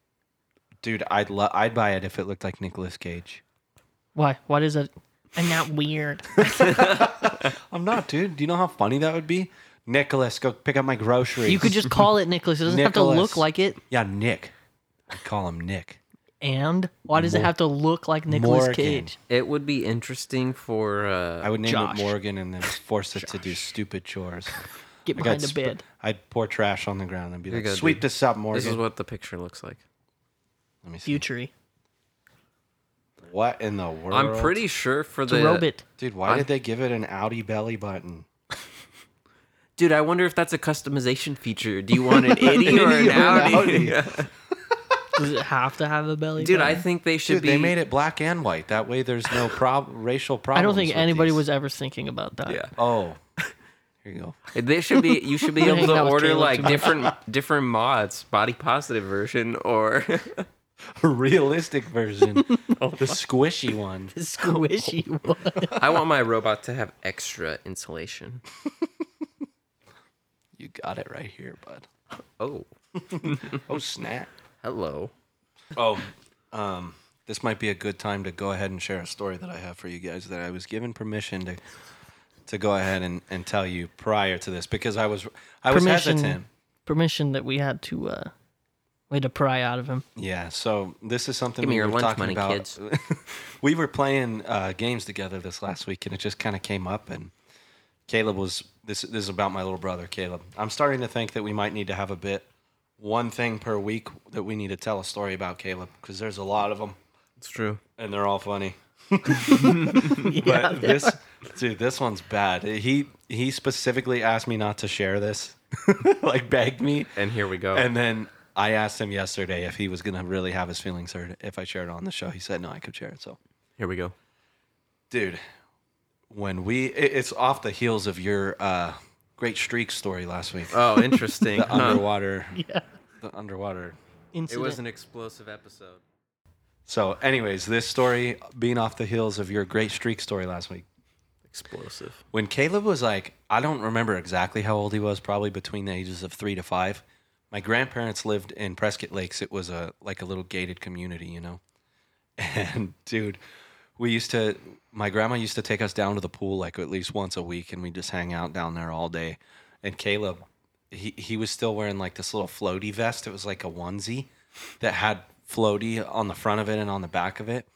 [SPEAKER 1] Dude, I'd lo- I'd buy it if it looked like Nicolas Cage.
[SPEAKER 3] Why? Why does that? I'm not weird.
[SPEAKER 1] I'm not, dude. Do you know how funny that would be? Nicholas, go pick up my groceries.
[SPEAKER 3] you could just call it Nicholas. It doesn't have to
[SPEAKER 1] Nicholas.
[SPEAKER 3] look like it.
[SPEAKER 1] yeah, Nick. I call him Nick.
[SPEAKER 3] And why does it
[SPEAKER 1] Mor-
[SPEAKER 3] have to look like Nicholas
[SPEAKER 1] Morgan.
[SPEAKER 3] Cage?
[SPEAKER 2] It would be interesting for
[SPEAKER 1] I
[SPEAKER 2] uh
[SPEAKER 1] would name
[SPEAKER 3] Josh.
[SPEAKER 1] it Morgan and then force it to do stupid chores.
[SPEAKER 3] Get
[SPEAKER 1] Like,
[SPEAKER 3] behind
[SPEAKER 1] I'd
[SPEAKER 3] the
[SPEAKER 1] sp-
[SPEAKER 3] bed.
[SPEAKER 1] I'd pour trash on the ground and be like,
[SPEAKER 2] you go,
[SPEAKER 1] "Sweep
[SPEAKER 2] dude.
[SPEAKER 1] this up, Morgan."
[SPEAKER 2] this is what the picture looks like.
[SPEAKER 1] Let me see.
[SPEAKER 3] Futury.
[SPEAKER 1] What in the world?
[SPEAKER 2] I'm pretty sure for
[SPEAKER 3] It's a
[SPEAKER 2] the
[SPEAKER 3] robot.
[SPEAKER 1] Dude, why did they give it an Audi belly button?
[SPEAKER 2] Dude, I wonder if that's a customization feature. Do you want an itty or an
[SPEAKER 1] Itty or an
[SPEAKER 2] outie?
[SPEAKER 3] Does it have to have a belly?
[SPEAKER 2] Dude, I
[SPEAKER 3] button?
[SPEAKER 2] think they should
[SPEAKER 1] Dude,
[SPEAKER 2] be
[SPEAKER 1] they made it black and white. That way, there's no prob- racial problem.
[SPEAKER 3] I don't think anybody was ever thinking about that.
[SPEAKER 2] Yeah.
[SPEAKER 1] Oh, here you go.
[SPEAKER 2] They should be. You should be
[SPEAKER 3] Hang
[SPEAKER 2] able to
[SPEAKER 3] out with
[SPEAKER 2] order
[SPEAKER 3] Caleb
[SPEAKER 2] like
[SPEAKER 3] too much.
[SPEAKER 2] different different mods, body positive version, or
[SPEAKER 1] realistic version, the squishy one.
[SPEAKER 3] The squishy one.
[SPEAKER 2] I want my robot to have extra insulation.
[SPEAKER 1] You got it right here, bud.
[SPEAKER 2] Oh,
[SPEAKER 1] Oh snap!
[SPEAKER 2] hello.
[SPEAKER 1] Oh, um, this might be a good time to go ahead and share a story that I have for you guys that I was given permission to to go ahead and, and tell you prior to this because I was I was
[SPEAKER 3] Permission.
[SPEAKER 1] hesitant.
[SPEAKER 3] permission that we had to uh we had to pry out of him.
[SPEAKER 1] Yeah, so this is something
[SPEAKER 2] Give me
[SPEAKER 1] we
[SPEAKER 2] your
[SPEAKER 1] were
[SPEAKER 2] lunch
[SPEAKER 1] talking
[SPEAKER 2] money,
[SPEAKER 1] about.
[SPEAKER 2] kids.
[SPEAKER 1] we were playing uh, games together this last week, and it just kind of came up. And Caleb was this. This is about my little brother, Caleb. I'm starting to think that we might need to have a bit, one thing per week that we need to tell a story about Caleb because there's a lot of them,
[SPEAKER 2] It's true.
[SPEAKER 1] and they're all funny.
[SPEAKER 3] yeah,
[SPEAKER 1] But this, dude, this one's bad. He he specifically asked me not to share this, like begged me.
[SPEAKER 2] And here we go.
[SPEAKER 1] And then I asked him yesterday if he was gonna really have his feelings hurt if I shared it on the show. He said no, I could share it. So,
[SPEAKER 2] here we go.
[SPEAKER 1] dude, when we it- it's off the heels of your uh, great streak story last week,
[SPEAKER 2] Oh, interesting.
[SPEAKER 1] the
[SPEAKER 2] huh?
[SPEAKER 1] underwater,
[SPEAKER 3] yeah.
[SPEAKER 1] the underwater.
[SPEAKER 2] It
[SPEAKER 3] Incident.
[SPEAKER 2] was an explosive episode.
[SPEAKER 1] So, anyways, this story being off the heels of your great streak story last week.
[SPEAKER 2] Explosive.
[SPEAKER 1] When Caleb was like, I don't remember exactly how old he was, probably between the ages of three to five. My grandparents lived in Prescott Lakes. It was a like a little gated community, you know. And dude, we used to my grandma used to take us down to the pool like at least once a week and we just hang out down there all day. And Caleb, he he was still wearing like this little floaty vest. It was like a onesie that had floaty on the front of it and on the back of it.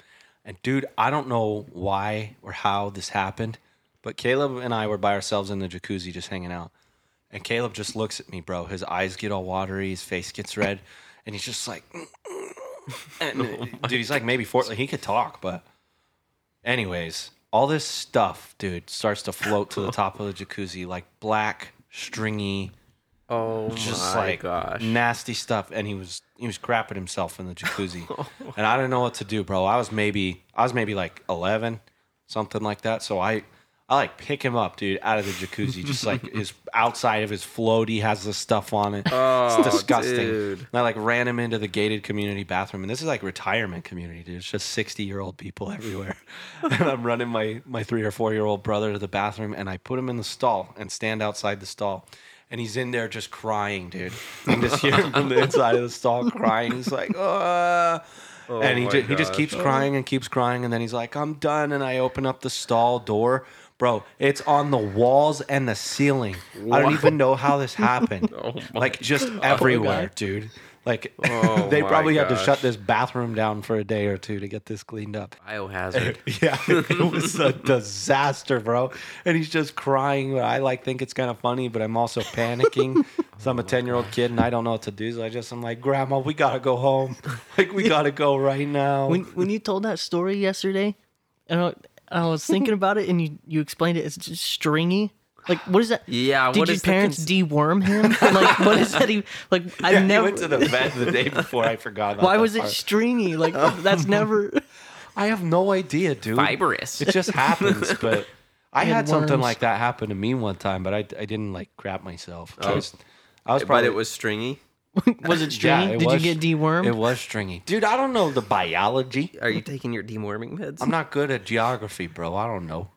[SPEAKER 1] And dude, I don't know why or how this happened, but Caleb and I were by ourselves in the jacuzzi just hanging out. And Caleb just looks at me, bro. His eyes get all watery, his face gets red, and he's just like and, dude, he's like maybe four. Like he could talk, but anyways, all this stuff, dude, starts to float to the top of the jacuzzi, like black, stringy,
[SPEAKER 2] Oh
[SPEAKER 1] just
[SPEAKER 2] my
[SPEAKER 1] like
[SPEAKER 2] gosh.
[SPEAKER 1] nasty stuff. And he was he was crapping himself in the jacuzzi, and I didn't know what to do, bro. I was maybe I was maybe like eleven, something like that. So I. I like pick him up, dude, out of the jacuzzi. Just like his outside of his float, he has this stuff on it.
[SPEAKER 2] Oh,
[SPEAKER 1] It's disgusting.
[SPEAKER 2] dude.
[SPEAKER 1] And I like ran him into the gated community bathroom, and this is like retirement community, dude. It's just sixty year old people everywhere. and I'm running my my three or four year old brother to the bathroom, and I put him in the stall and stand outside the stall, and he's in there just crying, dude. And just hear him from the inside of the stall crying. He's like, uh. and he
[SPEAKER 2] Oh my
[SPEAKER 1] just, he just
[SPEAKER 2] gosh. Oh.
[SPEAKER 1] keeps crying and keeps crying, and then he's like, "I'm done." And I open up the stall door, bro. It's on the walls and the ceiling. I don't even know how this happened. like just
[SPEAKER 3] Oh
[SPEAKER 1] everywhere, dude. Like
[SPEAKER 2] Oh
[SPEAKER 1] they
[SPEAKER 2] my
[SPEAKER 1] probably had to
[SPEAKER 2] gosh.
[SPEAKER 1] shut this bathroom down for a day or two to get this cleaned up.
[SPEAKER 2] Biohazard.
[SPEAKER 1] Yeah, it was a disaster, bro. And he's just crying. I like think it's kind of funny, but I'm also panicking. so I'm a ten year old kid and I don't know what to do. So I just I'm like, Grandma, we gotta go home. Like we gotta go right now.
[SPEAKER 3] when when you told that story yesterday, and I, I was thinking about it, and you you explained it. It's just stringy. Like what is that?
[SPEAKER 2] Yeah,
[SPEAKER 3] Did
[SPEAKER 2] what
[SPEAKER 3] your
[SPEAKER 2] is the
[SPEAKER 3] parents
[SPEAKER 2] cons-
[SPEAKER 3] deworm him? Like what is that? He, like I've
[SPEAKER 1] I
[SPEAKER 3] never.
[SPEAKER 1] went to the vet the day before. I forgot. about
[SPEAKER 3] why
[SPEAKER 1] that
[SPEAKER 3] was it
[SPEAKER 1] part.
[SPEAKER 3] stringy? Like
[SPEAKER 1] Oh.
[SPEAKER 3] that's never.
[SPEAKER 1] I have no idea, dude.
[SPEAKER 2] Fibrous.
[SPEAKER 1] It just happens, but I had
[SPEAKER 3] had
[SPEAKER 1] something
[SPEAKER 3] worms.
[SPEAKER 1] like that happen to me one time, but I, I didn't like crap myself. I
[SPEAKER 2] Oh.
[SPEAKER 1] was, I was
[SPEAKER 2] But
[SPEAKER 1] probably
[SPEAKER 2] it was stringy.
[SPEAKER 3] Was it
[SPEAKER 1] yeah,
[SPEAKER 3] stringy?
[SPEAKER 1] it
[SPEAKER 3] Did
[SPEAKER 1] was-
[SPEAKER 3] you get dewormed? Oh,
[SPEAKER 1] It was stringy, dude. I don't know the biology.
[SPEAKER 2] Are you taking your deworming meds?
[SPEAKER 1] I'm not good at geography, bro. I don't know.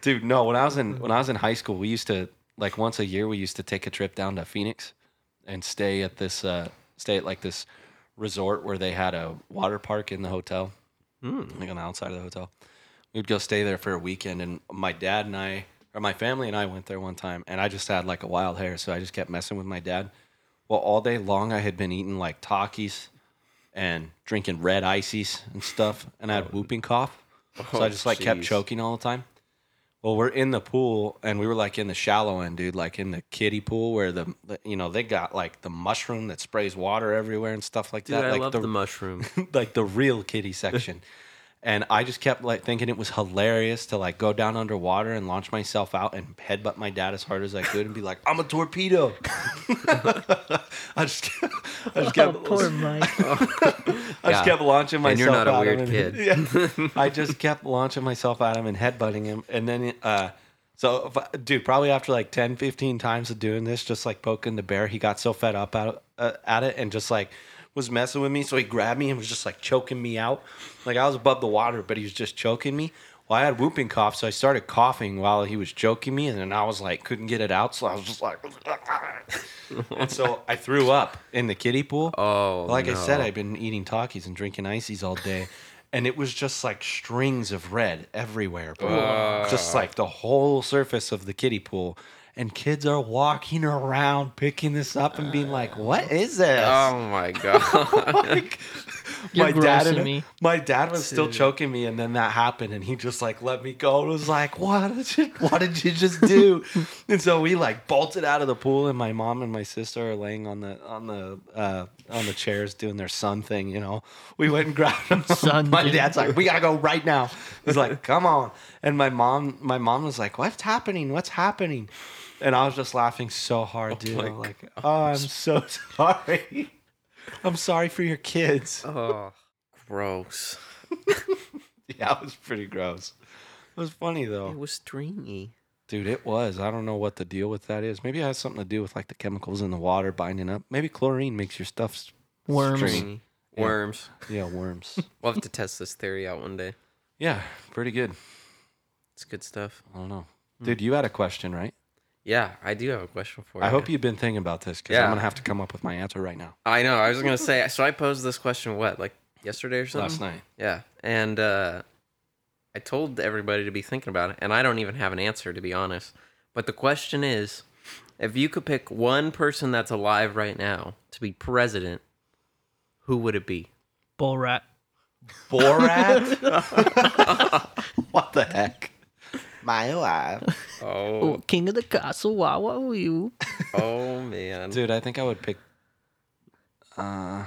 [SPEAKER 1] Dude, no. When I was in when I was in high school, we used to like once a year we used to take a trip down to Phoenix and stay at this uh, stay at like this resort where they had a water park in the hotel, Mm, like on the outside of the hotel. We'd go stay there for a weekend, and my dad and I or my family and I went there one time, and I just had like a wild hair, so I just kept messing with my dad. Well, all day long I had been eating like Takis and drinking red ices and stuff, and I had whooping cough. So I
[SPEAKER 2] Oh,
[SPEAKER 1] just like kept
[SPEAKER 2] jeez.
[SPEAKER 1] choking all the time. Well, we're in the pool and we were like in the shallow end, dude, like in the kiddie pool where the, the- you know, they got like the mushroom that sprays water everywhere and stuff like
[SPEAKER 2] Dude,
[SPEAKER 1] that.
[SPEAKER 2] I
[SPEAKER 1] like
[SPEAKER 2] love the, mushroom.
[SPEAKER 1] like the real kiddie section. and I just kept like thinking it was hilarious to like go down underwater and launch myself out and headbutt my dad as hard as I could and be like, I'm a torpedo. I just, I just
[SPEAKER 3] Oh,
[SPEAKER 1] kept,
[SPEAKER 3] poor Mike.
[SPEAKER 1] I just
[SPEAKER 2] Yeah.
[SPEAKER 1] kept launching myself.
[SPEAKER 2] And you're not a
[SPEAKER 1] at
[SPEAKER 2] weird
[SPEAKER 1] him.
[SPEAKER 2] kid.
[SPEAKER 1] Yeah. I just kept launching myself at him and headbutting him. And then, uh, so, if I- dude, probably after like 10, 15 times of doing this, just like poking the bear, he got so fed up at, uh, at it and just like was messing with me. So he grabbed me and was just like choking me out. Like I was above the water, but he was just choking me. Well, I had whooping cough, so I started coughing while he was choking me, and then I was like, couldn't get it out, so I was just like, and so I threw up in the kiddie pool.
[SPEAKER 2] Oh,
[SPEAKER 1] like I said,
[SPEAKER 2] no.
[SPEAKER 1] I've been eating Takis and drinking ices all day. And it was just like strings of red everywhere, bro. Just like the whole surface of the kiddie pool. and kids are walking around picking this up and being like, "What is this?"
[SPEAKER 2] Oh my god.
[SPEAKER 1] like,
[SPEAKER 3] You're
[SPEAKER 1] my dad
[SPEAKER 3] grossing
[SPEAKER 1] and
[SPEAKER 3] me.
[SPEAKER 1] my dad was still
[SPEAKER 2] Dude.
[SPEAKER 1] choking me, and then that happened, and he just like let me go. It was like, what did you, what did you just do? and so we like bolted out of the pool, and my mom and my sister are laying on the on the uh, on the chairs doing their son thing. You know, we went and grabbed them.
[SPEAKER 3] Son
[SPEAKER 1] my
[SPEAKER 3] thing.
[SPEAKER 1] dad's like, we gotta go right now. He's like, come on. And my mom, my mom was like, what's happening? What's happening? And I was just laughing so hard, dude.
[SPEAKER 2] my
[SPEAKER 1] I'm like, oh, I'm so sorry. I'm sorry for your kids.
[SPEAKER 2] oh, gross.
[SPEAKER 1] Yeah, it was pretty gross. It was funny
[SPEAKER 2] It
[SPEAKER 1] though.
[SPEAKER 2] was stringy.
[SPEAKER 1] Dude, it was. I don't know what the deal with that is. Maybe it has something to do with like the chemicals in the water binding up. Maybe chlorine makes your stuff, s-
[SPEAKER 3] Worms.
[SPEAKER 1] Stringy.
[SPEAKER 2] Worms.
[SPEAKER 1] yeah, worms.
[SPEAKER 2] We'll have to test this theory out one day.
[SPEAKER 1] yeah, pretty good.
[SPEAKER 2] It's good stuff.
[SPEAKER 1] I don't know. Dude, you had a question, right?
[SPEAKER 2] Yeah, I do have a question for you.
[SPEAKER 1] I hope you've been thinking about this because
[SPEAKER 2] Yeah.
[SPEAKER 1] I'm gonna have to come up with my answer right now.
[SPEAKER 2] I know. I was gonna say. So I posed this question what, like yesterday or something.
[SPEAKER 1] Last night,
[SPEAKER 2] Yeah, and uh, I told everybody to be thinking about it, and I don't even have an answer to be honest. But the question is, if you could pick one person that's alive right now to be president, who would it be?
[SPEAKER 3] Bull rat.
[SPEAKER 1] Borat. what the heck? My wife.
[SPEAKER 2] Oh,
[SPEAKER 3] Oh, king of the castle. Wow, wow, you.
[SPEAKER 2] oh man.
[SPEAKER 1] Dude, I think I would pick. Uh,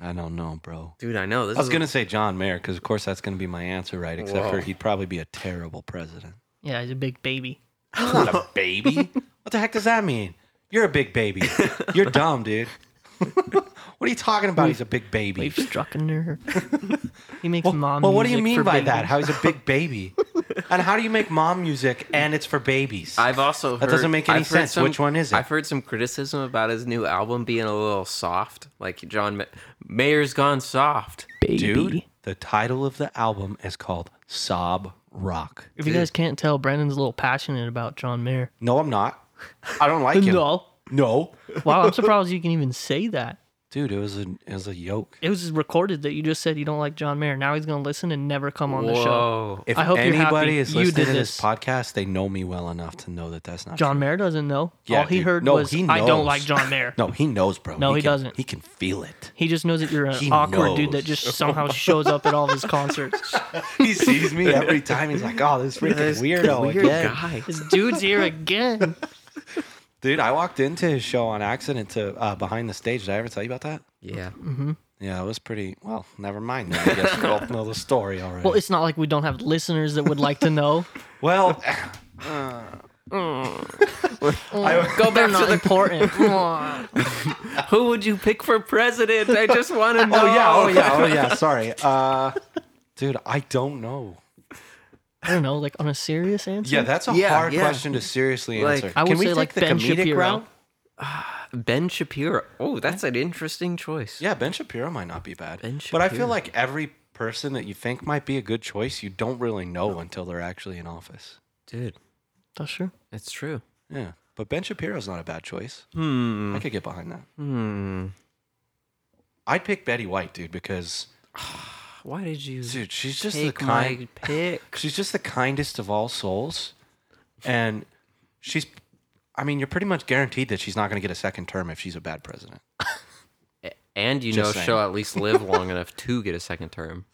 [SPEAKER 1] I don't know, bro.
[SPEAKER 2] Dude, I know this.
[SPEAKER 1] I was
[SPEAKER 2] is
[SPEAKER 1] gonna say John Mayer because, of course, that's gonna be my answer, right? Except
[SPEAKER 2] Whoa.
[SPEAKER 1] for he'd probably be a terrible president.
[SPEAKER 3] Yeah, he's a big baby.
[SPEAKER 1] Not a baby. what the heck does that mean? You're a big baby. You're dumb, dude. what are you talking about? He's a big baby.
[SPEAKER 3] We've struck a nerve. he makes
[SPEAKER 1] Well,
[SPEAKER 3] mom.
[SPEAKER 1] well, what do you
[SPEAKER 3] music
[SPEAKER 1] mean
[SPEAKER 3] for
[SPEAKER 1] by
[SPEAKER 3] babies.
[SPEAKER 1] that? How he's a big baby? and how do you make mom music and it's for babies?
[SPEAKER 2] I've also heard,
[SPEAKER 1] That doesn't make any
[SPEAKER 2] I've heard
[SPEAKER 1] sense.
[SPEAKER 2] some-
[SPEAKER 1] Which one is it?
[SPEAKER 2] I've heard some criticism about his new album being a little soft. Like John Ma- Mayer's gone soft.
[SPEAKER 3] baby.
[SPEAKER 1] dude, the title of the album is called Sob Rock.
[SPEAKER 3] If you guys can't tell, Brandon's a little passionate about John Mayer.
[SPEAKER 1] No, I'm not. I don't like him. No.
[SPEAKER 3] No. Wow, I'm surprised you can even say that.
[SPEAKER 1] Dude, it was a it was a yoke.
[SPEAKER 3] It was recorded that you just said you don't like John Mayer. Now he's gonna listen and never come on the show.
[SPEAKER 2] Whoa.
[SPEAKER 1] If
[SPEAKER 3] I hope you're
[SPEAKER 1] anybody
[SPEAKER 3] happy
[SPEAKER 1] is
[SPEAKER 3] you
[SPEAKER 1] listening
[SPEAKER 3] did
[SPEAKER 1] to this.
[SPEAKER 3] this.
[SPEAKER 1] podcast, they know me well enough to know that that's not
[SPEAKER 3] John Mayer doesn't know.
[SPEAKER 1] Yeah,
[SPEAKER 3] All he
[SPEAKER 1] dude.
[SPEAKER 3] heard
[SPEAKER 1] No,
[SPEAKER 3] was
[SPEAKER 1] he
[SPEAKER 3] I
[SPEAKER 1] knows.
[SPEAKER 3] don't like John Mayer.
[SPEAKER 1] True. No, he knows, bro.
[SPEAKER 3] No, he
[SPEAKER 1] can-
[SPEAKER 3] doesn't.
[SPEAKER 1] He can feel it.
[SPEAKER 3] He just knows that you're an
[SPEAKER 1] He
[SPEAKER 3] awkward dude
[SPEAKER 1] knows.
[SPEAKER 3] that just somehow shows up at all of his concerts.
[SPEAKER 1] he sees me every time. He's like, "Oh, this freaking weirdo
[SPEAKER 2] Weird
[SPEAKER 1] again."
[SPEAKER 2] guy.
[SPEAKER 3] This dude's here again.
[SPEAKER 1] Dude, I walked into his show on accident to uh, behind the stage. Did I ever tell you about that?
[SPEAKER 2] Yeah.
[SPEAKER 1] Mm-hmm. Yeah, it was pretty. Well, never mind. Then. I guess we both know the story already.
[SPEAKER 3] Well, it's not like we don't have listeners that would like to know.
[SPEAKER 1] well
[SPEAKER 2] Go
[SPEAKER 3] They're
[SPEAKER 2] back to
[SPEAKER 3] not
[SPEAKER 2] the.
[SPEAKER 3] important.
[SPEAKER 2] Who would you pick for president? I just want to know.
[SPEAKER 1] oh yeah, oh yeah, oh yeah. Sorry, uh, dude, I don't know.
[SPEAKER 3] I don't know, like on a serious answer.
[SPEAKER 1] Yeah, that's a
[SPEAKER 2] Yeah,
[SPEAKER 1] hard
[SPEAKER 2] yeah.
[SPEAKER 1] question to seriously
[SPEAKER 2] Like,
[SPEAKER 1] answer.
[SPEAKER 3] I would
[SPEAKER 1] Can we
[SPEAKER 3] say
[SPEAKER 1] take
[SPEAKER 3] like
[SPEAKER 1] the
[SPEAKER 3] Ben
[SPEAKER 1] comedic
[SPEAKER 3] Shapiro.
[SPEAKER 1] route?
[SPEAKER 2] Ben Shapiro. Oh, that's an interesting choice.
[SPEAKER 1] Yeah, Ben Shapiro might not be bad.
[SPEAKER 2] Ben
[SPEAKER 1] But I feel
[SPEAKER 2] Shapiro.
[SPEAKER 1] like every person that you think might be a good choice, you don't really know until they're actually in office.
[SPEAKER 2] Dude,
[SPEAKER 3] That's true.
[SPEAKER 2] that's true.
[SPEAKER 1] Yeah. But Ben Shapiro's not a bad choice.
[SPEAKER 2] Hmm.
[SPEAKER 1] I could get behind that.
[SPEAKER 2] Hmm.
[SPEAKER 1] I'd pick Betty White, dude, because
[SPEAKER 2] Why did you
[SPEAKER 1] dude, she's just the
[SPEAKER 2] take
[SPEAKER 1] kind
[SPEAKER 2] my pick?
[SPEAKER 1] she's just the kindest of all souls. And she's I mean, you're pretty much guaranteed that she's not going to get a second term if she's a bad president.
[SPEAKER 2] And you know
[SPEAKER 1] Just saying.
[SPEAKER 2] she'll at least live long enough to get a second term.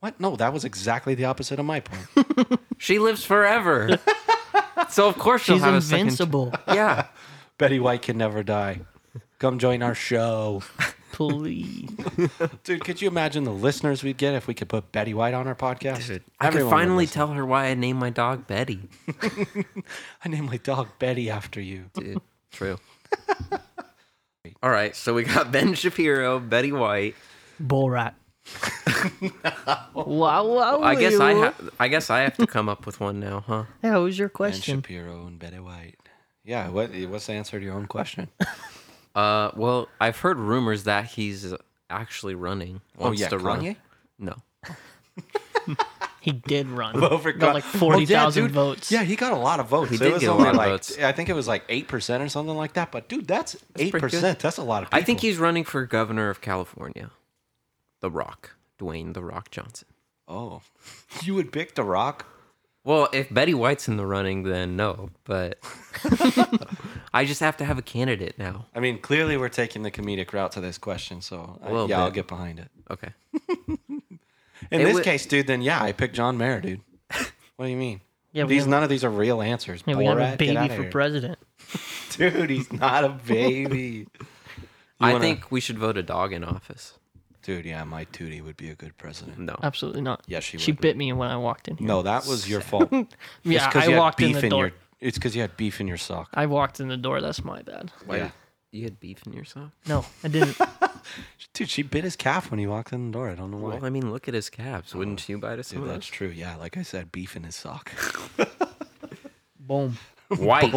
[SPEAKER 1] What? No, that was exactly the opposite of my point.
[SPEAKER 2] She lives forever. so of course she'll
[SPEAKER 3] She's
[SPEAKER 2] have
[SPEAKER 3] invincible.
[SPEAKER 2] a second. Yeah.
[SPEAKER 1] Betty White can never die. Come join our show.
[SPEAKER 3] Please.
[SPEAKER 1] Dude, could you imagine the listeners we'd get if we could put Betty White on our podcast?
[SPEAKER 2] I could
[SPEAKER 1] Everyone would
[SPEAKER 2] finally
[SPEAKER 1] listen.
[SPEAKER 2] tell her why I named my dog Betty.
[SPEAKER 1] I named my dog Betty after you.
[SPEAKER 2] Dude, true. All right, so we got Ben Shapiro, Betty White.
[SPEAKER 3] Bull rat. wow, wow.
[SPEAKER 2] I guess I
[SPEAKER 3] you.
[SPEAKER 2] ha- I guess I have to come up with one now, huh?
[SPEAKER 3] Yeah, what was your
[SPEAKER 1] And
[SPEAKER 3] question?
[SPEAKER 1] Shapiro and Betty White. Yeah, what, what's the answer to your own question?
[SPEAKER 2] Uh, well, I've heard rumors that he's actually running. Wants
[SPEAKER 1] Oh, yeah,
[SPEAKER 2] to run.
[SPEAKER 1] Kanye?
[SPEAKER 2] No.
[SPEAKER 3] He did run.
[SPEAKER 1] Over
[SPEAKER 3] got like forty thousand votes.
[SPEAKER 1] Yeah, he got a lot of votes.
[SPEAKER 2] He
[SPEAKER 1] It
[SPEAKER 2] did
[SPEAKER 1] was
[SPEAKER 2] get a
[SPEAKER 1] only
[SPEAKER 2] lot of
[SPEAKER 1] like,
[SPEAKER 2] votes.
[SPEAKER 1] I think it was like 8% or something like that. But dude, that's,
[SPEAKER 2] pretty good.
[SPEAKER 1] 8%. That's a lot of people.
[SPEAKER 2] I think he's running for governor of California. The Rock, Dwayne The Rock Johnson.
[SPEAKER 1] Oh, you would pick The Rock?
[SPEAKER 2] Well, if Betty White's in the running, then no. But I just have to have a candidate now.
[SPEAKER 1] I mean, clearly we're taking the comedic route to this question, so I- yeah,
[SPEAKER 2] little
[SPEAKER 1] I'll
[SPEAKER 2] bit.
[SPEAKER 1] get behind it.
[SPEAKER 2] Okay.
[SPEAKER 1] In
[SPEAKER 2] It
[SPEAKER 1] this
[SPEAKER 2] would-
[SPEAKER 1] case, dude, then yeah, I picked John Mayer, dude. What do you mean?
[SPEAKER 3] Yeah, we
[SPEAKER 1] these
[SPEAKER 3] have-
[SPEAKER 1] none of these are real answers.
[SPEAKER 3] Yeah, we have a
[SPEAKER 1] Borat, get
[SPEAKER 3] baby
[SPEAKER 1] outta
[SPEAKER 3] for
[SPEAKER 1] here.
[SPEAKER 3] president.
[SPEAKER 1] dude. He's not a baby. You
[SPEAKER 2] I
[SPEAKER 1] wanna-
[SPEAKER 2] think we should vote a dog in office.
[SPEAKER 1] dude. Yeah, my Tootie would be a good president.
[SPEAKER 2] No.
[SPEAKER 3] Absolutely not.
[SPEAKER 1] Yes, she
[SPEAKER 3] She
[SPEAKER 1] would.
[SPEAKER 3] bit me when I walked in here.
[SPEAKER 1] No, that was your fault. It's
[SPEAKER 3] yeah,
[SPEAKER 1] 'cause
[SPEAKER 3] I
[SPEAKER 1] you had
[SPEAKER 3] walked in
[SPEAKER 1] beef
[SPEAKER 3] the door.
[SPEAKER 1] your. It's because you had beef in your sock.
[SPEAKER 3] I walked in the door. That's my bad.
[SPEAKER 2] Why
[SPEAKER 1] Yeah.
[SPEAKER 2] did- you had beef in your sock?
[SPEAKER 3] No, I didn't.
[SPEAKER 1] Dude, she bit his calf when he walked in the door. I don't know why. Oh,
[SPEAKER 2] Well, I mean, look at his calves. Wouldn't you bite us? some
[SPEAKER 1] Dude,
[SPEAKER 2] of
[SPEAKER 1] that's
[SPEAKER 2] those?
[SPEAKER 1] true. Yeah, like I said, beef in his sock.
[SPEAKER 3] Boom.
[SPEAKER 2] White.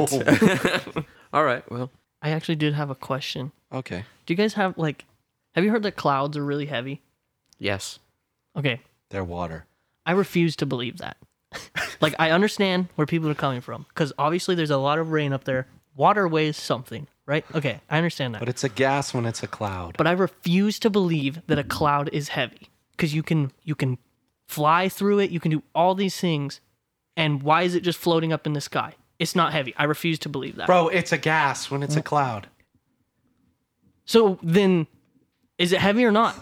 [SPEAKER 2] All right. Well,
[SPEAKER 3] I actually did have a question.
[SPEAKER 1] Okay.
[SPEAKER 3] Do you guys have like, have you heard that clouds are really heavy?
[SPEAKER 2] yes.
[SPEAKER 3] Okay,
[SPEAKER 1] They're water.
[SPEAKER 3] I refuse to believe that. like, I understand where people are coming from because obviously there's a lot of rain up there. Water weighs something, right? Okay, I understand that.
[SPEAKER 1] But it's a gas when it's a cloud.
[SPEAKER 3] but I refuse to believe that a cloud is heavy because you can you can fly through it, you can do all these things, and why is it just floating up in the sky? It's not heavy. I refuse to believe that.
[SPEAKER 1] Bro, it's a gas when
[SPEAKER 3] Mm.
[SPEAKER 1] it's a cloud.
[SPEAKER 3] So then, is it heavy or not?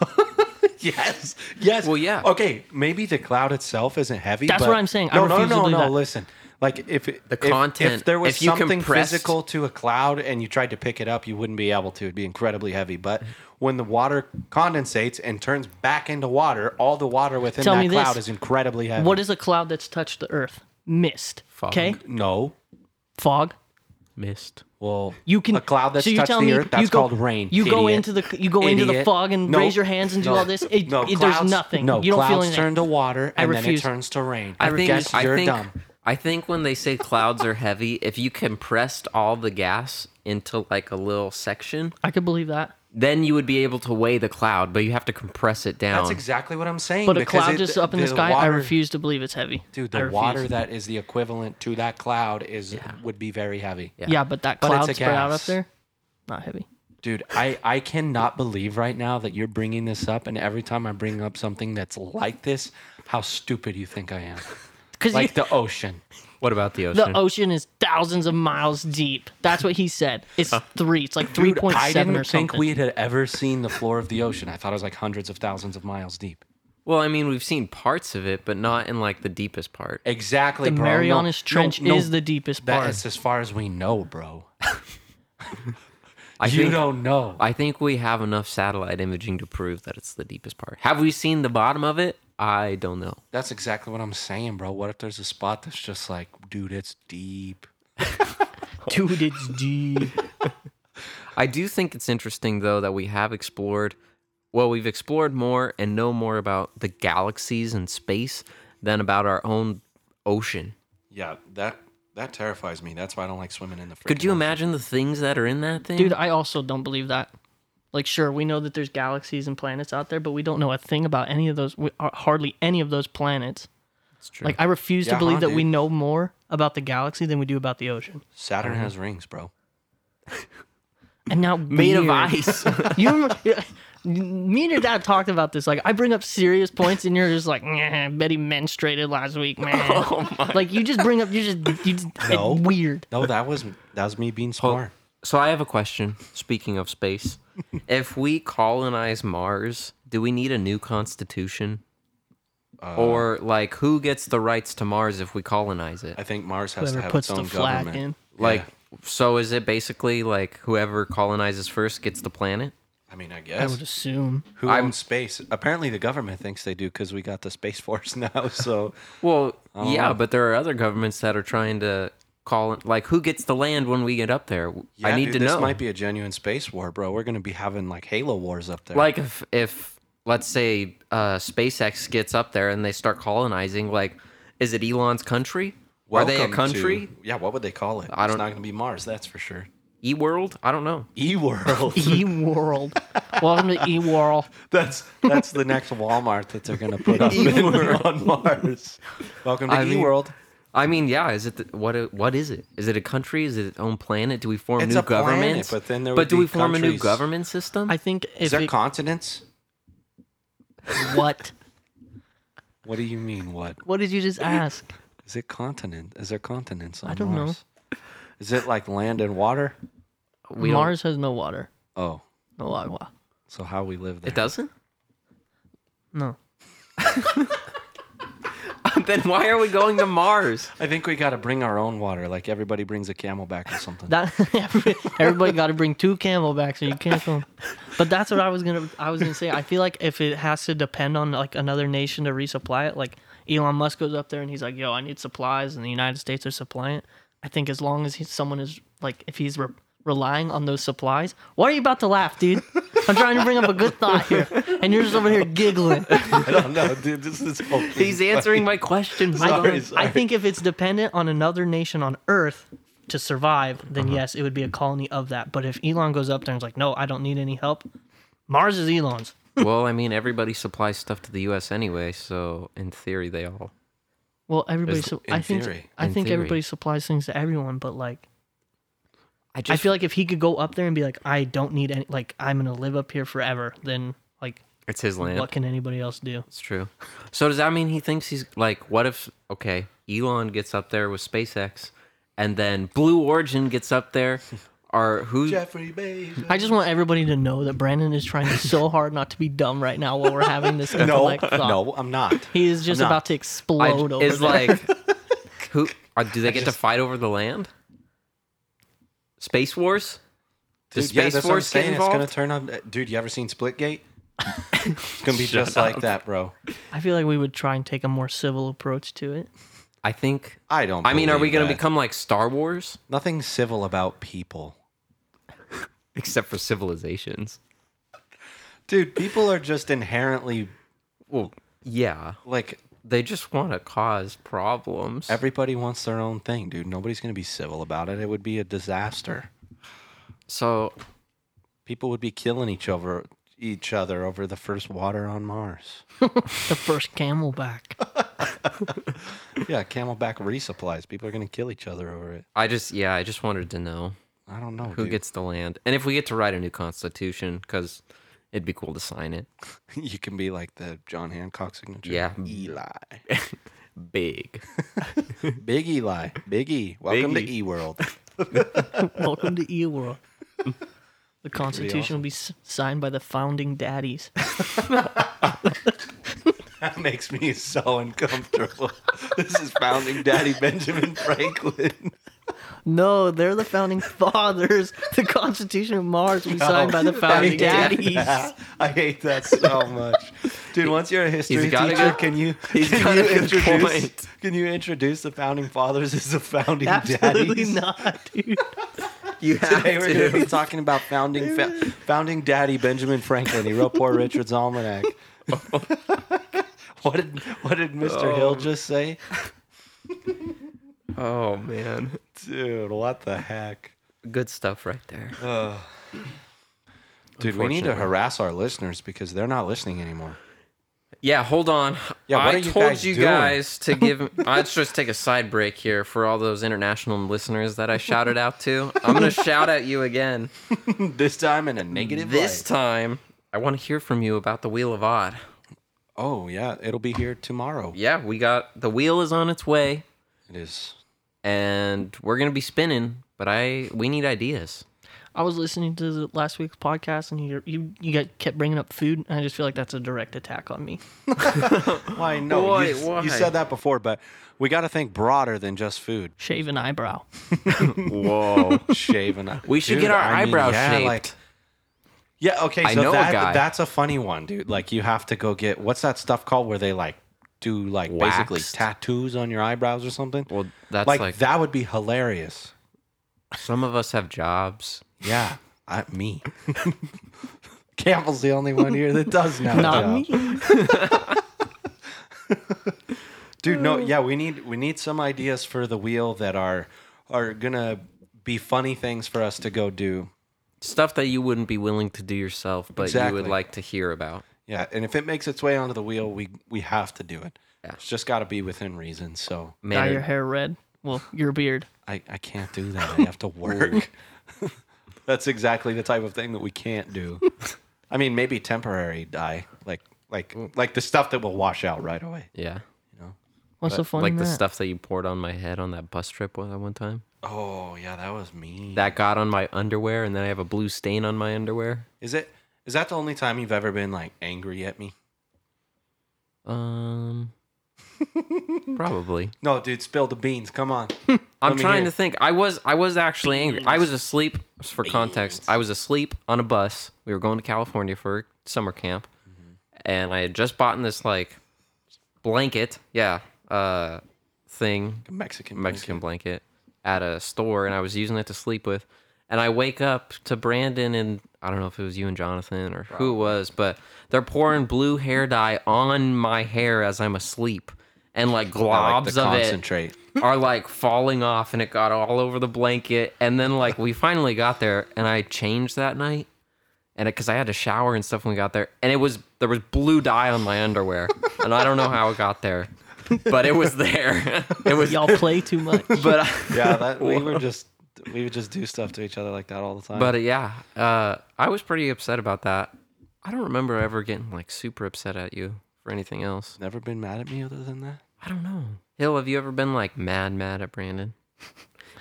[SPEAKER 1] Yes. Yes.
[SPEAKER 2] Well, yeah.
[SPEAKER 1] Okay, maybe the cloud itself isn't heavy.
[SPEAKER 3] That's
[SPEAKER 1] but-
[SPEAKER 3] what I'm saying. I
[SPEAKER 1] No, no,
[SPEAKER 3] refuse to
[SPEAKER 1] no,
[SPEAKER 3] believe
[SPEAKER 1] no.
[SPEAKER 3] that.
[SPEAKER 1] Listen, like if it,
[SPEAKER 2] The
[SPEAKER 1] if- if
[SPEAKER 2] content,
[SPEAKER 1] there was
[SPEAKER 2] if you
[SPEAKER 1] something
[SPEAKER 2] compressed-
[SPEAKER 1] physical to a cloud and you tried to pick it up, you wouldn't be able to. It'd be incredibly heavy. But
[SPEAKER 2] Mm-hmm.
[SPEAKER 1] when the water condensates and turns back into water, all the water within
[SPEAKER 3] Tell
[SPEAKER 1] that
[SPEAKER 3] me this.
[SPEAKER 1] cloud is incredibly heavy.
[SPEAKER 3] what is a cloud that's touched the earth? Mist.
[SPEAKER 2] Fog.
[SPEAKER 3] Okay.
[SPEAKER 1] no?
[SPEAKER 3] Fog.
[SPEAKER 2] Missed.
[SPEAKER 1] Well,
[SPEAKER 3] You can
[SPEAKER 1] a cloud that's
[SPEAKER 3] so you're
[SPEAKER 1] touched
[SPEAKER 3] telling
[SPEAKER 1] the
[SPEAKER 3] me
[SPEAKER 1] earth. That's
[SPEAKER 3] you go-
[SPEAKER 1] called rain.
[SPEAKER 3] You go
[SPEAKER 1] idiot.
[SPEAKER 3] into the you go into the
[SPEAKER 1] Idiot.
[SPEAKER 3] fog and
[SPEAKER 1] No.
[SPEAKER 3] raise your hands and do
[SPEAKER 1] No.
[SPEAKER 3] all this. It,
[SPEAKER 1] no,
[SPEAKER 3] it-
[SPEAKER 1] clouds-
[SPEAKER 3] there's nothing.
[SPEAKER 1] No,
[SPEAKER 3] you don't
[SPEAKER 1] clouds
[SPEAKER 3] feel anything.
[SPEAKER 1] turn to water and then it
[SPEAKER 3] refuse.
[SPEAKER 1] turns to rain.
[SPEAKER 2] I think.
[SPEAKER 1] guess
[SPEAKER 2] I
[SPEAKER 1] you're
[SPEAKER 2] think.
[SPEAKER 1] dumb.
[SPEAKER 2] I think when they say clouds are heavy, if you compressed all the gas into like a little section,
[SPEAKER 3] I could believe that.
[SPEAKER 2] then you would be able to weigh the cloud, but you have to compress it down.
[SPEAKER 1] That's exactly what I'm saying.
[SPEAKER 3] But a
[SPEAKER 1] because
[SPEAKER 3] cloud
[SPEAKER 1] it-
[SPEAKER 3] just up in the, sky, I
[SPEAKER 1] water-
[SPEAKER 3] refuse to believe it's heavy.
[SPEAKER 1] Dude,
[SPEAKER 3] I
[SPEAKER 1] the
[SPEAKER 3] refuse.
[SPEAKER 1] water that is the equivalent to that cloud is would be very heavy.
[SPEAKER 2] Yeah.
[SPEAKER 3] Yeah, but that
[SPEAKER 1] But it's
[SPEAKER 3] cloud
[SPEAKER 1] a
[SPEAKER 3] spread out up
[SPEAKER 1] gas.
[SPEAKER 3] there, not heavy.
[SPEAKER 1] Dude, I, I cannot believe right now that you're bringing this up, and every time I bring up something that's like this, how stupid you think I am.
[SPEAKER 3] Because
[SPEAKER 1] Like the ocean.
[SPEAKER 2] what about the
[SPEAKER 3] the
[SPEAKER 2] ocean?
[SPEAKER 3] ocean is thousands of miles deep. That's what he said. It's three. It's like three
[SPEAKER 1] Uh, Dude,
[SPEAKER 3] point
[SPEAKER 1] I
[SPEAKER 3] seven or
[SPEAKER 1] didn't
[SPEAKER 3] something.
[SPEAKER 1] think we had ever seen the floor of the ocean. I thought it was like hundreds of thousands of miles deep.
[SPEAKER 2] well, I mean, we've seen parts of it, but not in like the deepest part.
[SPEAKER 1] Exactly,
[SPEAKER 3] the
[SPEAKER 1] bro. No-
[SPEAKER 3] Marianas
[SPEAKER 1] no,
[SPEAKER 3] Trench
[SPEAKER 1] no,
[SPEAKER 3] is the deepest
[SPEAKER 1] that
[SPEAKER 3] part.
[SPEAKER 1] is as far as we know, bro.
[SPEAKER 2] I
[SPEAKER 1] you
[SPEAKER 2] think,
[SPEAKER 1] don't know.
[SPEAKER 2] I think we have enough satellite imaging to prove that it's the deepest part. Have we seen the bottom of it? I don't know.
[SPEAKER 1] That's exactly what I'm saying, bro. What if there's a spot that's just like, dude, it's deep.
[SPEAKER 3] Dude, it's deep.
[SPEAKER 2] I do think it's interesting though that we have explored well, we've explored more and know more about the galaxies and space than about our own ocean.
[SPEAKER 1] Yeah, that that terrifies me. That's why I don't like swimming in the.
[SPEAKER 2] Could you imagine the things that are in that thing?
[SPEAKER 3] Dude, I also don't believe that. Like, sure, we know that there's galaxies and planets out there, but we don't know a thing about any of those, we- uh, hardly any of those planets.
[SPEAKER 2] That's true.
[SPEAKER 3] Like, I refuse
[SPEAKER 1] Yeah,
[SPEAKER 3] to believe
[SPEAKER 1] huh,
[SPEAKER 3] that we
[SPEAKER 1] dude?
[SPEAKER 3] know more about the galaxy than we do about the ocean.
[SPEAKER 1] Saturn has rings, bro.
[SPEAKER 3] And now,
[SPEAKER 2] made of
[SPEAKER 3] weird-
[SPEAKER 2] ice.
[SPEAKER 3] You, remember- yeah, me and your dad talked about this. Like, I bring up serious points, and you're just like, "Nah, Betty menstruated last week, man. Like, you just bring up, you just, you just
[SPEAKER 1] Oh No.
[SPEAKER 3] it's weird.
[SPEAKER 1] No, that was that was me being smart.
[SPEAKER 2] so I have a question. Speaking of space, if we colonize Mars, do we need a new constitution?
[SPEAKER 1] Uh,
[SPEAKER 2] or like who gets the rights to Mars if we colonize it?
[SPEAKER 1] I think Mars has to
[SPEAKER 3] Whoever
[SPEAKER 1] have
[SPEAKER 3] puts
[SPEAKER 1] its
[SPEAKER 3] the
[SPEAKER 1] own
[SPEAKER 3] flag
[SPEAKER 1] government.
[SPEAKER 3] in.
[SPEAKER 2] Like so is it basically like whoever colonizes first gets the planet?
[SPEAKER 1] I mean, I
[SPEAKER 3] I
[SPEAKER 1] guess
[SPEAKER 3] would assume.
[SPEAKER 1] who owns space? Apparently, the government thinks they do because we got the space force now. So
[SPEAKER 2] Well, yeah, but there are other governments that are trying to call like who gets the land when we get up there? I
[SPEAKER 1] Yeah,
[SPEAKER 2] need
[SPEAKER 1] dude,
[SPEAKER 2] to
[SPEAKER 1] this
[SPEAKER 2] know.
[SPEAKER 1] might be a genuine space war, bro. We're gonna be having like Halo wars up there.
[SPEAKER 2] like if if let's say uh, SpaceX gets up there and they start colonizing, like is it Elon's country? are they a
[SPEAKER 1] Welcome to-
[SPEAKER 2] country?
[SPEAKER 1] yeah, what would they call it?
[SPEAKER 2] I
[SPEAKER 1] it's
[SPEAKER 2] don't-
[SPEAKER 1] not gonna be Mars, that's for sure.
[SPEAKER 2] E World? I don't know.
[SPEAKER 1] E world.
[SPEAKER 3] E World. Welcome to E World.
[SPEAKER 1] That's that's the next Walmart that they're gonna put up in- on Mars. Welcome to
[SPEAKER 2] I
[SPEAKER 1] E
[SPEAKER 2] mean,
[SPEAKER 1] World.
[SPEAKER 2] I mean, yeah. Is it the, what? What is it? Is it a country? Is it its own planet? Do we form
[SPEAKER 1] It's
[SPEAKER 2] new
[SPEAKER 1] a planet,
[SPEAKER 2] governments?
[SPEAKER 1] but then there would
[SPEAKER 2] do
[SPEAKER 1] be
[SPEAKER 2] we form a new
[SPEAKER 1] countries.
[SPEAKER 2] government system?
[SPEAKER 3] I think
[SPEAKER 1] Is
[SPEAKER 3] if
[SPEAKER 1] there
[SPEAKER 3] it,
[SPEAKER 1] continents?
[SPEAKER 3] what
[SPEAKER 1] What do you mean? What
[SPEAKER 3] what did you just ask?
[SPEAKER 1] is Is it continent? Is there continents on
[SPEAKER 3] I don't know.
[SPEAKER 1] Mars? Is it like land and water?
[SPEAKER 2] We don't-
[SPEAKER 3] Mars has no water,
[SPEAKER 1] Oh,
[SPEAKER 3] no agua.
[SPEAKER 1] so how we live there?
[SPEAKER 2] It doesn't.
[SPEAKER 3] No,
[SPEAKER 2] then why are we going to Mars?
[SPEAKER 1] I think we got to bring our own water. Like everybody brings a camel back or something.
[SPEAKER 3] that everybody got to bring two Camelbacks, or you can't go. But that's what I was gonna. I was gonna say. I feel like if it has to depend on like another nation to resupply it, like Elon Musk goes up there and he's like, "Yo, I need supplies," and the United States are supplying it. I think as long as he, someone is like, if he's re- relying on those supplies, why are you about to laugh, dude? I'm trying to bring up a good thought here, and you're just over here giggling.
[SPEAKER 1] I don't know, dude. This is okay.
[SPEAKER 2] He's answering my question.
[SPEAKER 3] I
[SPEAKER 1] Sorry,
[SPEAKER 3] don't-
[SPEAKER 1] sorry.
[SPEAKER 3] I think if it's dependent on another nation on Earth to survive, then
[SPEAKER 1] Uh-huh.
[SPEAKER 3] yes, it would be a colony of that. But if Elon goes up there and is like, no, I don't need any help, Mars is Elon's.
[SPEAKER 2] well, I mean, everybody supplies stuff to the U.S. anyway, so in theory, they all.
[SPEAKER 3] Well, everybody.
[SPEAKER 2] As-
[SPEAKER 3] su-
[SPEAKER 1] in
[SPEAKER 3] I think.
[SPEAKER 1] theory.
[SPEAKER 3] I
[SPEAKER 2] In
[SPEAKER 3] think
[SPEAKER 2] theory.
[SPEAKER 3] everybody supplies things to everyone, but like,
[SPEAKER 2] I
[SPEAKER 3] I
[SPEAKER 2] just
[SPEAKER 3] feel like if he could go up there and be like, I don't need any. Like, I'm gonna live up here forever. Then like,
[SPEAKER 2] it's his land.
[SPEAKER 3] what can anybody else do?
[SPEAKER 2] It's true. So does that mean he thinks he's like? What if? Okay, Elon gets up there with SpaceX, and then Blue Origin gets up there. Or who?
[SPEAKER 1] Jeffrey Bezos.
[SPEAKER 3] I just want everybody to know that Brandon is trying so hard not to be dumb right now while we're having this
[SPEAKER 1] No,
[SPEAKER 3] intellect thought.
[SPEAKER 1] no, I'm not.
[SPEAKER 3] He is just
[SPEAKER 1] I'm not.
[SPEAKER 3] about to
[SPEAKER 2] I-
[SPEAKER 3] explode over
[SPEAKER 2] is
[SPEAKER 3] there.
[SPEAKER 2] like who? Or do they get to
[SPEAKER 1] just-
[SPEAKER 2] fight over the land? Space Wars. Does
[SPEAKER 1] Dude, yeah,
[SPEAKER 2] Space
[SPEAKER 1] that's what I'm
[SPEAKER 2] Force get
[SPEAKER 1] saying. It's gonna
[SPEAKER 2] involved?
[SPEAKER 1] turn up. Dude, you ever seen Splitgate? it's gonna be just like that, bro.
[SPEAKER 3] I feel like we would try and take a more civil approach to it.
[SPEAKER 2] I think.
[SPEAKER 1] I don't.
[SPEAKER 2] I mean, are we
[SPEAKER 1] believe
[SPEAKER 2] going to
[SPEAKER 1] that.
[SPEAKER 2] become like Star Wars?
[SPEAKER 1] nothing civil about people?
[SPEAKER 2] Except for civilizations.
[SPEAKER 1] Dude, people are just inherently
[SPEAKER 2] Well, yeah.
[SPEAKER 1] like
[SPEAKER 2] They just want to cause problems.
[SPEAKER 1] everybody wants their own thing, dude. Nobody's gonna be civil about it. It would be a disaster.
[SPEAKER 2] so
[SPEAKER 1] People would be killing each over each other over the first water on Mars.
[SPEAKER 3] The first camelback.
[SPEAKER 1] yeah, Camelback resupplies. People are gonna kill each other over it.
[SPEAKER 2] I just, yeah, I just wanted to know
[SPEAKER 1] I don't know.
[SPEAKER 2] who
[SPEAKER 1] dude.
[SPEAKER 2] gets the land. And if we get to write a new constitution, because it'd be cool to sign it.
[SPEAKER 1] you can be like the John Hancock signature.
[SPEAKER 2] Yeah.
[SPEAKER 1] Eli.
[SPEAKER 2] Big.
[SPEAKER 1] Big Eli. Big E. Welcome
[SPEAKER 2] E.
[SPEAKER 1] to E World.
[SPEAKER 3] Welcome to E World. The Constitution will be s- signed by the founding daddies.
[SPEAKER 1] That makes me so uncomfortable. this is founding daddy Benjamin Franklin.
[SPEAKER 3] No, they're the founding fathers. The Constitution of Mars will be signed by the Oh. founding
[SPEAKER 1] hate that.
[SPEAKER 3] daddies.
[SPEAKER 1] I hate that so much, dude. Once you're a history
[SPEAKER 2] He's got a
[SPEAKER 1] teacher,
[SPEAKER 2] good-
[SPEAKER 1] can you
[SPEAKER 2] he's
[SPEAKER 1] can
[SPEAKER 2] got
[SPEAKER 1] you
[SPEAKER 2] a good
[SPEAKER 1] introduce
[SPEAKER 2] point.
[SPEAKER 1] can you introduce the founding fathers as the founding
[SPEAKER 3] Absolutely
[SPEAKER 1] daddies?
[SPEAKER 3] not, dude.
[SPEAKER 2] You have
[SPEAKER 1] Today we're going to be talking about founding fa- founding daddy Benjamin Franklin. He wrote Poor Richard's Almanac. what did what did Mr. Hill just say,
[SPEAKER 2] Oh, man.
[SPEAKER 1] dude? What the heck?
[SPEAKER 2] Good stuff right there.
[SPEAKER 1] Dude, we need to
[SPEAKER 2] Unfortunately.
[SPEAKER 1] harass our listeners because they're not listening anymore.
[SPEAKER 2] Yeah, hold on.
[SPEAKER 1] Yeah, what
[SPEAKER 2] I
[SPEAKER 1] are you
[SPEAKER 2] told
[SPEAKER 1] guys
[SPEAKER 2] you
[SPEAKER 1] doing?
[SPEAKER 2] guys to give. Let's just take a side break here for all those international listeners that I shouted out to. I'm gonna shout at you again.
[SPEAKER 1] this time in a negative
[SPEAKER 2] This
[SPEAKER 1] light.
[SPEAKER 2] time, I want to hear from you about the Wheel of Odd.
[SPEAKER 1] Oh yeah, it'll be here tomorrow.
[SPEAKER 2] Yeah, we got the wheel is on its way,
[SPEAKER 1] It is.
[SPEAKER 2] and we're gonna be spinning. But I, we need ideas.
[SPEAKER 3] I was listening to the last week's podcast, and you you you got, kept bringing up food, and I just feel like that's a direct attack on me.
[SPEAKER 1] Why no?
[SPEAKER 2] Why,
[SPEAKER 1] you,
[SPEAKER 2] why?
[SPEAKER 1] you said that before, but we got to think broader than just food.
[SPEAKER 3] Shave an eyebrow.
[SPEAKER 2] Whoa.
[SPEAKER 1] Shave and
[SPEAKER 2] We should get our eyebrows
[SPEAKER 1] yeah,
[SPEAKER 2] shaped.
[SPEAKER 1] like- yeah. Okay. So
[SPEAKER 2] I know a
[SPEAKER 1] that,
[SPEAKER 2] guy.
[SPEAKER 1] that's a funny one, dude. Like you have to go get what's that stuff called where they like do like basically
[SPEAKER 2] Waxed?
[SPEAKER 1] tattoos on your eyebrows or something.
[SPEAKER 2] well, that's like,
[SPEAKER 1] like, that would be hilarious.
[SPEAKER 2] some of us have jobs.
[SPEAKER 1] Yeah, I, me. Campbell's the only one here that does know.
[SPEAKER 3] Not me.
[SPEAKER 1] dude no yeah we need we need some ideas for the wheel that are are gonna be funny things for us to go do
[SPEAKER 2] Stuff that you wouldn't be willing to do yourself, but you
[SPEAKER 1] Exactly.
[SPEAKER 2] would like to hear about.
[SPEAKER 1] yeah and if it makes its way onto the wheel we we have to do it it's just got to be within reason so
[SPEAKER 3] Dye your
[SPEAKER 2] Man,
[SPEAKER 3] hair red. Well, your beard.
[SPEAKER 1] i i can't do that i have to work that's exactly the type of thing that we can't do i mean maybe temporary dye like like like the stuff that will wash out right away
[SPEAKER 2] yeah.
[SPEAKER 3] What's so
[SPEAKER 2] But,
[SPEAKER 3] funny?
[SPEAKER 2] Like
[SPEAKER 3] in
[SPEAKER 2] the
[SPEAKER 3] that?
[SPEAKER 2] stuff that you poured on my head on that bus trip one- that one time.
[SPEAKER 1] Oh yeah, that was mean.
[SPEAKER 2] That got on my underwear, and then I have a blue stain on my underwear.
[SPEAKER 1] Is it? Is that the only time you've ever been like angry at me?
[SPEAKER 2] Um, probably.
[SPEAKER 1] No, dude, spill the beans. Come on.
[SPEAKER 2] I'm
[SPEAKER 1] Let me
[SPEAKER 2] trying
[SPEAKER 1] hear.
[SPEAKER 2] to think. I was I was actually angry. I was asleep for context. I was asleep on a bus. We were going to California for summer camp,
[SPEAKER 1] Mm-hmm.
[SPEAKER 2] and I had just bought in this like blanket, yeah, uh, thing,
[SPEAKER 1] Mexican.
[SPEAKER 2] Mexican blanket at a store, and I was using it to sleep with. And I wake up to Brandon and I don't know if it was you and Jonathan or who it was, but they're pouring blue hair dye on my hair as I'm asleep, and like
[SPEAKER 1] I
[SPEAKER 2] globs
[SPEAKER 1] like to
[SPEAKER 2] of it
[SPEAKER 1] concentrate.
[SPEAKER 2] are like falling off and it got all over the blanket and then like we finally got there and i changed that night and because i had to shower and stuff when we got there and it was there was blue dye on my underwear and i don't know how it got there but it was there it was
[SPEAKER 3] Y'all play too much.
[SPEAKER 2] but I,
[SPEAKER 1] Yeah, that we were just we would just do stuff to each other like that all the time.
[SPEAKER 2] but uh, yeah uh i was pretty upset about that i don't remember ever getting like super upset at you for anything else
[SPEAKER 1] never been mad at me other than that.
[SPEAKER 2] i don't know hill have you ever been like mad mad at brandon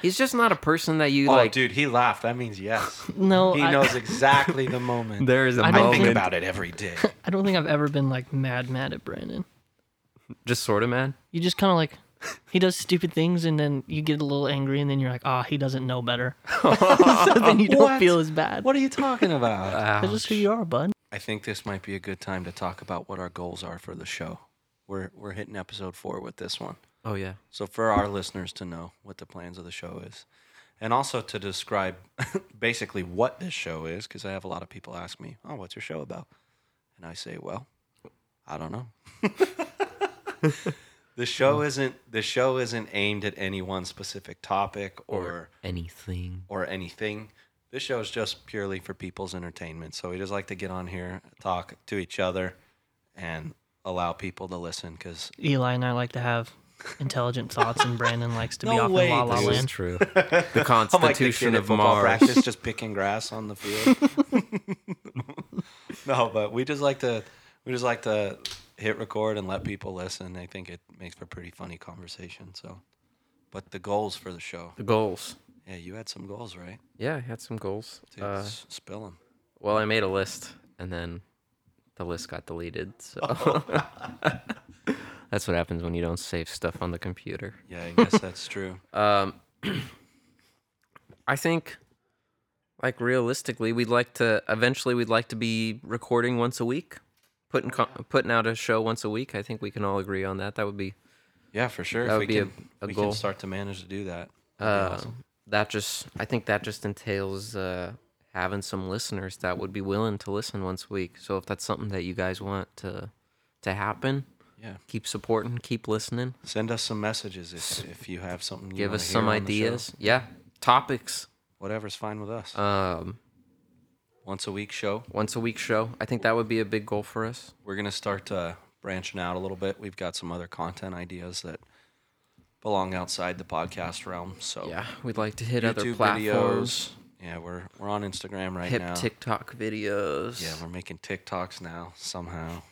[SPEAKER 2] he's just not a person that you
[SPEAKER 1] Oh,
[SPEAKER 2] like
[SPEAKER 1] dude, he laughed. That means yes.
[SPEAKER 3] No,
[SPEAKER 1] he
[SPEAKER 3] I-
[SPEAKER 1] knows exactly the moment.
[SPEAKER 2] there is a
[SPEAKER 3] I
[SPEAKER 1] I
[SPEAKER 3] don't
[SPEAKER 1] think
[SPEAKER 3] moment.
[SPEAKER 1] about it every day.
[SPEAKER 3] I don't think I've ever been like mad, mad at Brandon.
[SPEAKER 2] just sort of mad.
[SPEAKER 3] You just kind of like, he does stupid things and then you get a little angry and then you're like, ah, he doesn't know better. so then you don't
[SPEAKER 1] What?
[SPEAKER 3] feel as bad.
[SPEAKER 1] What are you talking about?
[SPEAKER 3] That's just who you are, bud.
[SPEAKER 1] I think this might be a good time to talk about what our goals are for the show. We're we're hitting episode four with this one.
[SPEAKER 2] Oh yeah.
[SPEAKER 1] So for our listeners to know what the plans of the show is, and also to describe basically what this show is, because I have a lot of people ask me, "Oh, what's your show about?" And I say, "Well, I don't know." the show isn't the show isn't aimed at any one specific topic or
[SPEAKER 2] Anything.
[SPEAKER 1] or anything. This show is just purely for people's entertainment. So we just like to get on here, talk to each other, and allow people to listen because
[SPEAKER 3] Eli and I like to have intelligent thoughts and Brandon likes to be
[SPEAKER 1] No
[SPEAKER 3] off
[SPEAKER 1] way,
[SPEAKER 3] in La La
[SPEAKER 1] this is
[SPEAKER 3] Land.
[SPEAKER 2] true. The Constitution
[SPEAKER 1] I'm like the kid at
[SPEAKER 2] of
[SPEAKER 1] football
[SPEAKER 2] Mars.
[SPEAKER 1] Practice just picking grass on the field. no, but we just like to we just like to hit record and let people listen. I think it makes for pretty funny conversation. So, but the goals for the show.
[SPEAKER 2] The goals.
[SPEAKER 1] Yeah, you had some goals, right?
[SPEAKER 2] Yeah, I had some goals.
[SPEAKER 1] Dude,
[SPEAKER 2] Uh,
[SPEAKER 1] s- spill them.
[SPEAKER 2] well, I made a list, and then the list got deleted. So
[SPEAKER 1] Oh.
[SPEAKER 2] that's what happens when you don't save stuff on the computer.
[SPEAKER 1] Yeah, I guess that's true.
[SPEAKER 2] Um, I think, like realistically, we'd like to eventually we'd like to be recording once a week, putting co- putting out a show once a week. I think we can all agree on that. That would be
[SPEAKER 1] Yeah, for sure.
[SPEAKER 2] That
[SPEAKER 1] if
[SPEAKER 2] would
[SPEAKER 1] we
[SPEAKER 2] be a-
[SPEAKER 1] can,
[SPEAKER 2] a
[SPEAKER 1] we
[SPEAKER 2] goal.
[SPEAKER 1] can start to manage to do that. That'd be
[SPEAKER 2] Uh,
[SPEAKER 1] awesome.
[SPEAKER 2] that just I think that just entails uh, having some listeners that would be willing to listen once a week. So if that's something that you guys want to to happen,
[SPEAKER 1] Yeah.
[SPEAKER 2] keep supporting, keep listening,
[SPEAKER 1] Send us some messages if, if you have something. You
[SPEAKER 2] give
[SPEAKER 1] wanna
[SPEAKER 2] us some
[SPEAKER 1] hear on the show.
[SPEAKER 2] ideas. Yeah, topics.
[SPEAKER 1] Whatever's fine with us.
[SPEAKER 2] Um,
[SPEAKER 1] Once a week show.
[SPEAKER 2] once a week show. I think that would be a big goal for us.
[SPEAKER 1] we're gonna start uh, branching out a little bit. We've got some other content ideas that belong outside the podcast realm. So
[SPEAKER 2] Yeah, we'd like to hit other
[SPEAKER 1] Oh. YouTube
[SPEAKER 2] platforms,
[SPEAKER 1] videos. Yeah, we're we're on Instagram right
[SPEAKER 2] hip
[SPEAKER 1] now.
[SPEAKER 2] TikTok videos.
[SPEAKER 1] yeah, we're making TikToks now somehow.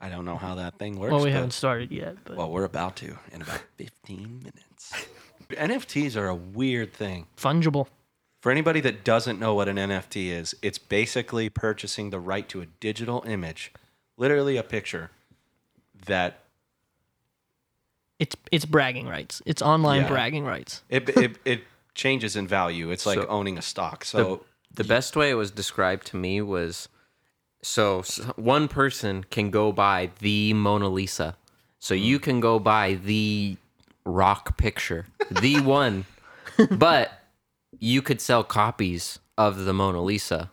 [SPEAKER 1] I don't know how that thing works.
[SPEAKER 3] Well, we
[SPEAKER 1] but-
[SPEAKER 3] haven't started yet, but
[SPEAKER 1] Well, we're about to in about 15 minutes. NFTs are a weird thing.
[SPEAKER 3] fungible.
[SPEAKER 1] For anybody that doesn't know what an NFT is, it's basically purchasing the right to a digital image, literally a picture that
[SPEAKER 3] It's it's bragging rights. It's online
[SPEAKER 1] Yeah.
[SPEAKER 3] bragging rights.
[SPEAKER 1] It it, it changes in value. It's like
[SPEAKER 2] So-
[SPEAKER 1] owning a stock. So
[SPEAKER 2] The best way it was described to me was so s- one person can go buy the Mona Lisa. So you can go buy the rock picture, the one. But you could sell copies of the Mona Lisa.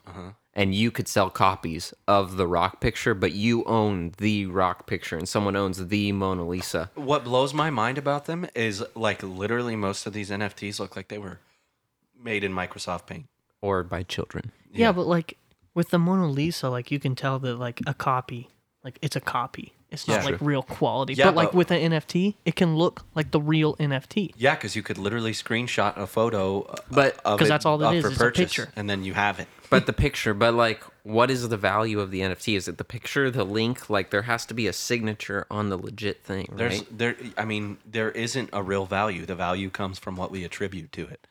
[SPEAKER 2] And you could sell copies of the rock picture, but you own the rock picture and someone owns the Mona Lisa.
[SPEAKER 1] what blows my mind about them is like literally most of these NFTs look like they were made in Microsoft Paint.
[SPEAKER 2] Or by children.
[SPEAKER 3] Yeah. but like with the Mona Lisa, like you can tell that like a copy, like it's a copy. It's not
[SPEAKER 1] Yeah.
[SPEAKER 3] like real quality.
[SPEAKER 1] Yeah,
[SPEAKER 3] but like
[SPEAKER 1] but-
[SPEAKER 3] with an NFT, it can look like the real NFT.
[SPEAKER 1] Yeah, because you could literally screenshot a photo, uh,
[SPEAKER 2] But
[SPEAKER 1] of
[SPEAKER 3] 'Cause
[SPEAKER 1] it
[SPEAKER 3] that's all it
[SPEAKER 1] up
[SPEAKER 3] is,
[SPEAKER 1] for
[SPEAKER 3] it's a
[SPEAKER 1] purchase,
[SPEAKER 3] picture.
[SPEAKER 1] and then you have it.
[SPEAKER 2] but the picture but like what is the value of the NFT? Is it the picture, the link? Like there has to be a signature on the legit thing,
[SPEAKER 1] There's
[SPEAKER 2] right?
[SPEAKER 1] there I mean, there isn't a real value. The value comes from what we attribute to it.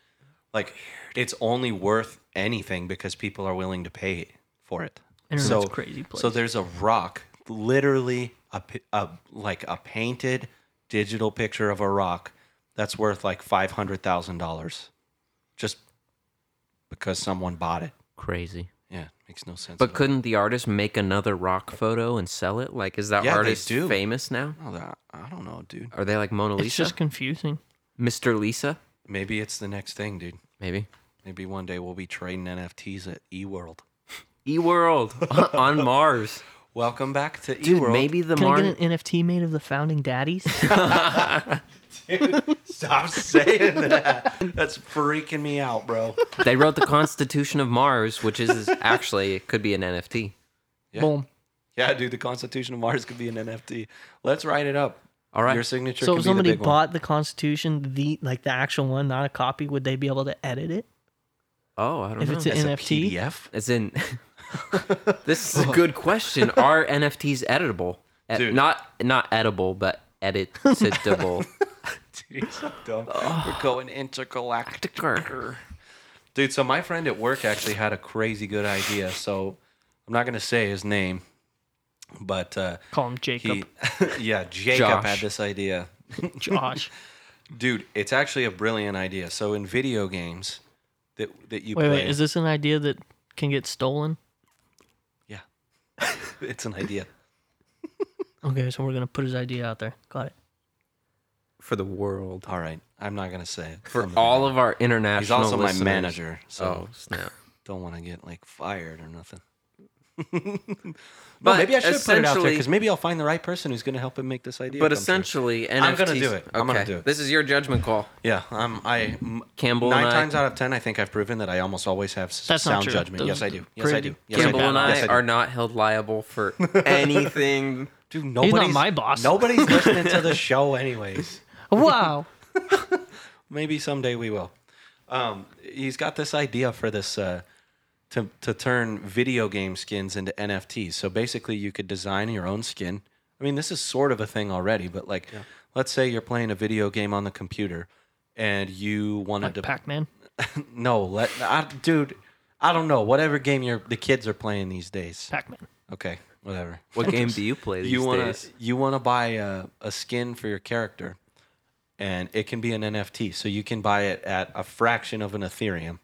[SPEAKER 1] Like it's only worth anything because people are willing to pay for it.
[SPEAKER 3] Internet's
[SPEAKER 1] so
[SPEAKER 3] a crazy place.
[SPEAKER 1] So there's a rock, literally a, pi- a like a painted digital picture of a rock that's worth like five hundred thousand dollars, just because someone bought it.
[SPEAKER 2] Crazy.
[SPEAKER 1] Yeah, makes no sense.
[SPEAKER 2] But
[SPEAKER 1] at all.
[SPEAKER 2] couldn't the artist make another rock photo and sell it? Like, is that
[SPEAKER 1] Yeah, they
[SPEAKER 2] artist
[SPEAKER 1] do.
[SPEAKER 2] famous now?
[SPEAKER 1] No, Oh, that- I don't know, dude.
[SPEAKER 2] Are they like Mona
[SPEAKER 3] It's
[SPEAKER 2] Lisa?
[SPEAKER 3] just confusing.
[SPEAKER 2] Mr. Lisa?
[SPEAKER 1] Maybe it's the next thing, dude.
[SPEAKER 2] Maybe.
[SPEAKER 1] Maybe one day we'll be trading NFTs at eWorld.
[SPEAKER 2] E World on Mars.
[SPEAKER 1] Welcome back to
[SPEAKER 2] Dude,
[SPEAKER 1] eWorld.
[SPEAKER 2] maybe the
[SPEAKER 3] Can
[SPEAKER 2] Mars.
[SPEAKER 3] I get an NFT made of the founding daddies?
[SPEAKER 1] Stop saying that. That's freaking me out, bro.
[SPEAKER 2] they wrote the Constitution of Mars, which is, is actually, it could be an NFT.
[SPEAKER 1] Yeah.
[SPEAKER 3] Boom.
[SPEAKER 1] Yeah, dude, the Constitution of Mars could be an NFT. Let's write it up.
[SPEAKER 2] All right.
[SPEAKER 1] Your signature
[SPEAKER 3] So
[SPEAKER 1] could
[SPEAKER 3] if
[SPEAKER 1] be
[SPEAKER 3] somebody
[SPEAKER 1] the big
[SPEAKER 3] bought the Constitution, the like the actual one, not a copy, would they be able to edit it?
[SPEAKER 2] Oh, I don't
[SPEAKER 3] If
[SPEAKER 2] know.
[SPEAKER 3] it's
[SPEAKER 1] one.
[SPEAKER 3] an
[SPEAKER 1] As a
[SPEAKER 3] NFT?
[SPEAKER 1] PDF?
[SPEAKER 2] As in, this is a good question. Are NFTs editable? E-
[SPEAKER 1] Oh. Dude.
[SPEAKER 2] Not not edible, but editable.
[SPEAKER 1] Dude, you're so dumb. We're going intergalactic.
[SPEAKER 2] Ticker.
[SPEAKER 1] Dude, so my friend at work actually had a crazy good idea. So I'm not going to say his name, but uh,
[SPEAKER 3] Call him Jacob,
[SPEAKER 1] he, yeah, Jacob
[SPEAKER 2] Josh.
[SPEAKER 1] had this idea.
[SPEAKER 3] Josh.
[SPEAKER 1] Dude, it's actually a brilliant idea. So in video games that, that you
[SPEAKER 3] Wait,
[SPEAKER 1] play.
[SPEAKER 3] wait, is this an idea that can get stolen?
[SPEAKER 1] Yeah. it's an idea.
[SPEAKER 3] Okay, so we're gonna put his idea out there. Got it.
[SPEAKER 2] for the world.
[SPEAKER 1] All right. I'm not going to say it.
[SPEAKER 2] For all of our international.
[SPEAKER 1] He's also
[SPEAKER 2] listeners.
[SPEAKER 1] my manager, so
[SPEAKER 2] Oh snap!
[SPEAKER 1] don't want to get like fired or nothing.
[SPEAKER 2] But
[SPEAKER 1] But maybe I should put it out there
[SPEAKER 2] essentially-
[SPEAKER 1] because maybe I'll find the right person who's going to help him make this idea.
[SPEAKER 2] But
[SPEAKER 1] come true.
[SPEAKER 2] essentially, NFTs.
[SPEAKER 1] I'm gonna do it. I'm gonna do it.
[SPEAKER 2] This is your judgment call.
[SPEAKER 1] yeah, um, I m-
[SPEAKER 2] Mm-hmm. Campbell
[SPEAKER 1] nine
[SPEAKER 2] and I-
[SPEAKER 1] times out of ten, I think I've proven that I almost always have s-
[SPEAKER 3] That's not
[SPEAKER 1] sound
[SPEAKER 3] true.
[SPEAKER 1] judgment.
[SPEAKER 3] The-
[SPEAKER 1] yes, I do. Yes, I do.
[SPEAKER 3] pretty-
[SPEAKER 1] Yes,
[SPEAKER 2] Campbell
[SPEAKER 1] I do.
[SPEAKER 2] and I,
[SPEAKER 1] yes, do.
[SPEAKER 2] are not held liable for anything.
[SPEAKER 1] Dude, nobody's
[SPEAKER 3] my boss.
[SPEAKER 1] Nobody's listening to the show, anyways.
[SPEAKER 3] Wow.
[SPEAKER 1] Maybe someday we will. Um, he's got this idea for this uh, to to turn video game skins into NFTs. So basically, you could design your own skin. I mean, this is sort of a thing already, but like, let's say you're playing a video game on the computer, and you wanted
[SPEAKER 3] like
[SPEAKER 1] to
[SPEAKER 3] Pac-Man.
[SPEAKER 1] no, let I, dude, I don't know whatever game you're the kids are playing these days.
[SPEAKER 3] Pac-Man.
[SPEAKER 1] Okay, whatever.
[SPEAKER 2] What game do you play these
[SPEAKER 1] you want to
[SPEAKER 2] days?
[SPEAKER 1] you want to buy a, a skin for your character, and it can be an NFT. So you can buy it at a fraction of an Ethereum,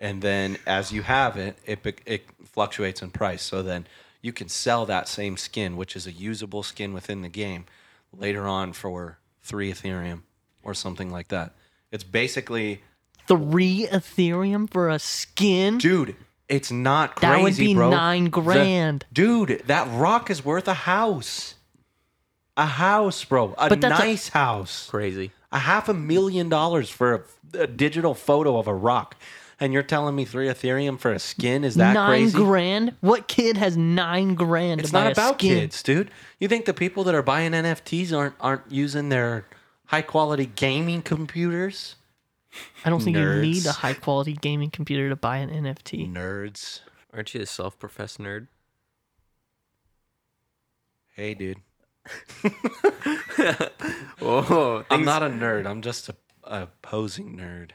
[SPEAKER 1] and then as you have it, it bec- it fluctuates in price. So then you can sell that same skin, which is a usable skin within the game, later on for three Ethereum or something like that. It's basically,
[SPEAKER 3] Three Ethereum for a skin.
[SPEAKER 1] dude. It's not crazy,
[SPEAKER 3] That would be
[SPEAKER 1] bro.
[SPEAKER 3] nine
[SPEAKER 1] The-
[SPEAKER 3] grand.
[SPEAKER 1] dude. That rock is worth a house, a house, bro. A
[SPEAKER 3] But that's a-
[SPEAKER 1] nice house.
[SPEAKER 2] Crazy.
[SPEAKER 1] A half a million dollars for a, a digital photo of a rock, and you're telling me three Ethereum for a skin is that
[SPEAKER 3] nine
[SPEAKER 1] crazy?
[SPEAKER 3] grand. What kid has nine grand?
[SPEAKER 1] It's
[SPEAKER 3] to buy
[SPEAKER 1] not
[SPEAKER 3] a
[SPEAKER 1] about
[SPEAKER 3] skin?
[SPEAKER 1] kids, dude. You think the people that are buying NFTs aren't aren't using their high quality gaming computers?
[SPEAKER 3] I don't think
[SPEAKER 1] Nerds.
[SPEAKER 3] you need a high quality gaming computer to buy an NFT.
[SPEAKER 1] Nerds.
[SPEAKER 2] Aren't you a self-professed nerd?
[SPEAKER 1] Hey, dude.
[SPEAKER 2] Whoa!
[SPEAKER 1] I'm not a nerd. I'm just a, a posing nerd.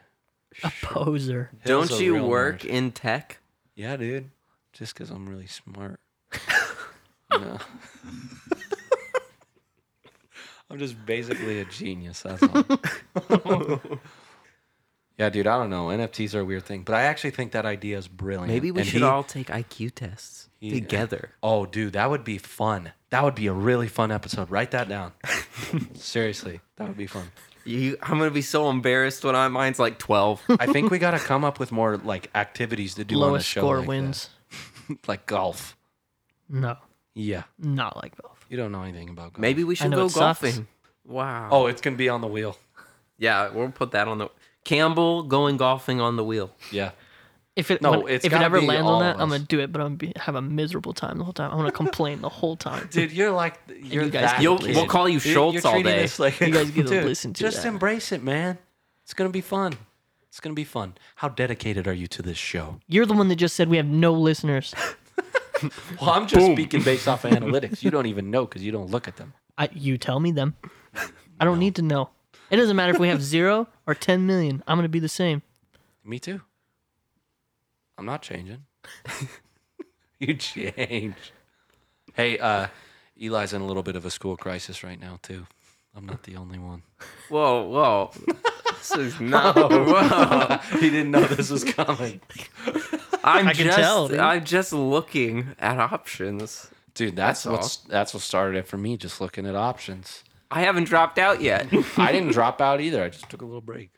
[SPEAKER 3] A poser.
[SPEAKER 1] Hill's
[SPEAKER 2] Don't
[SPEAKER 1] a
[SPEAKER 2] you
[SPEAKER 1] real
[SPEAKER 2] work
[SPEAKER 1] nerd.
[SPEAKER 2] in tech?
[SPEAKER 1] Yeah, dude. Just because I'm really smart. no. I'm just basically a genius. That's all. yeah, dude. I don't know. NFTs are a weird thing, but I actually think that idea is brilliant.
[SPEAKER 2] Maybe we
[SPEAKER 1] And
[SPEAKER 2] should
[SPEAKER 1] he-
[SPEAKER 2] all take IQ tests together.
[SPEAKER 1] Oh, dude, that would be fun. That would be a really fun episode. Write that down. Seriously, that would be fun.
[SPEAKER 2] You, I'm gonna be so embarrassed when I, mine's like 12.
[SPEAKER 1] I think we got to come up with more like activities to do on a
[SPEAKER 3] Lowest
[SPEAKER 1] show
[SPEAKER 3] score
[SPEAKER 1] like
[SPEAKER 3] wins.
[SPEAKER 1] that. like golf.
[SPEAKER 3] No,
[SPEAKER 1] Yeah,
[SPEAKER 3] not like golf.
[SPEAKER 1] you don't know anything about golf.
[SPEAKER 2] Maybe we should
[SPEAKER 3] know
[SPEAKER 2] go
[SPEAKER 3] it sucks.
[SPEAKER 2] golfing. Wow.
[SPEAKER 1] Oh, it's gonna be on the wheel.
[SPEAKER 2] yeah, we'll put that on the Campbell going golfing on the wheel.
[SPEAKER 1] Yeah.
[SPEAKER 3] If it
[SPEAKER 1] No,
[SPEAKER 3] when-
[SPEAKER 1] it's
[SPEAKER 3] if it
[SPEAKER 1] gotta
[SPEAKER 3] ever
[SPEAKER 1] be
[SPEAKER 3] lands
[SPEAKER 1] all
[SPEAKER 3] on
[SPEAKER 1] of
[SPEAKER 3] that, I'm
[SPEAKER 1] us.
[SPEAKER 3] gonna do it, but I'm gonna be, have a miserable time the whole time. I'm gonna complain the whole time.
[SPEAKER 1] Dude, you're like you're
[SPEAKER 3] you guys
[SPEAKER 1] that.
[SPEAKER 3] get
[SPEAKER 2] You'll,
[SPEAKER 3] kid.
[SPEAKER 2] we'll call you
[SPEAKER 1] You're-
[SPEAKER 2] Schultz
[SPEAKER 1] you're
[SPEAKER 2] all
[SPEAKER 1] treating
[SPEAKER 2] day.
[SPEAKER 1] this like-
[SPEAKER 3] You guys get to
[SPEAKER 1] Dude,
[SPEAKER 3] listen to
[SPEAKER 1] Just
[SPEAKER 3] that.
[SPEAKER 1] embrace it, man. It's gonna be fun. It's gonna be fun. How dedicated are you to this show?
[SPEAKER 3] You're the one that just said we have no listeners.
[SPEAKER 1] well, I'm just
[SPEAKER 4] Boom.
[SPEAKER 1] speaking based off of analytics. You don't even know because you don't look at them.
[SPEAKER 3] I, you tell me them. I don't need to know. It doesn't matter if we have zero or 10 million. I'm going to be the same.
[SPEAKER 1] Me too. I'm not changing. you change. Hey, uh, Eli's in a little bit of a school crisis right now too. I'm not the only one.
[SPEAKER 2] Whoa, whoa. This is not. Whoa.
[SPEAKER 1] he didn't know this was coming,
[SPEAKER 2] I'm
[SPEAKER 3] I can
[SPEAKER 2] just,
[SPEAKER 3] tell, dude.
[SPEAKER 2] I'm just looking at options.
[SPEAKER 1] dude. That's,
[SPEAKER 2] That's all.
[SPEAKER 1] what's that's what started it for me. Just looking at options.
[SPEAKER 2] I haven't dropped out yet.
[SPEAKER 1] I didn't drop out either. I just took a little break.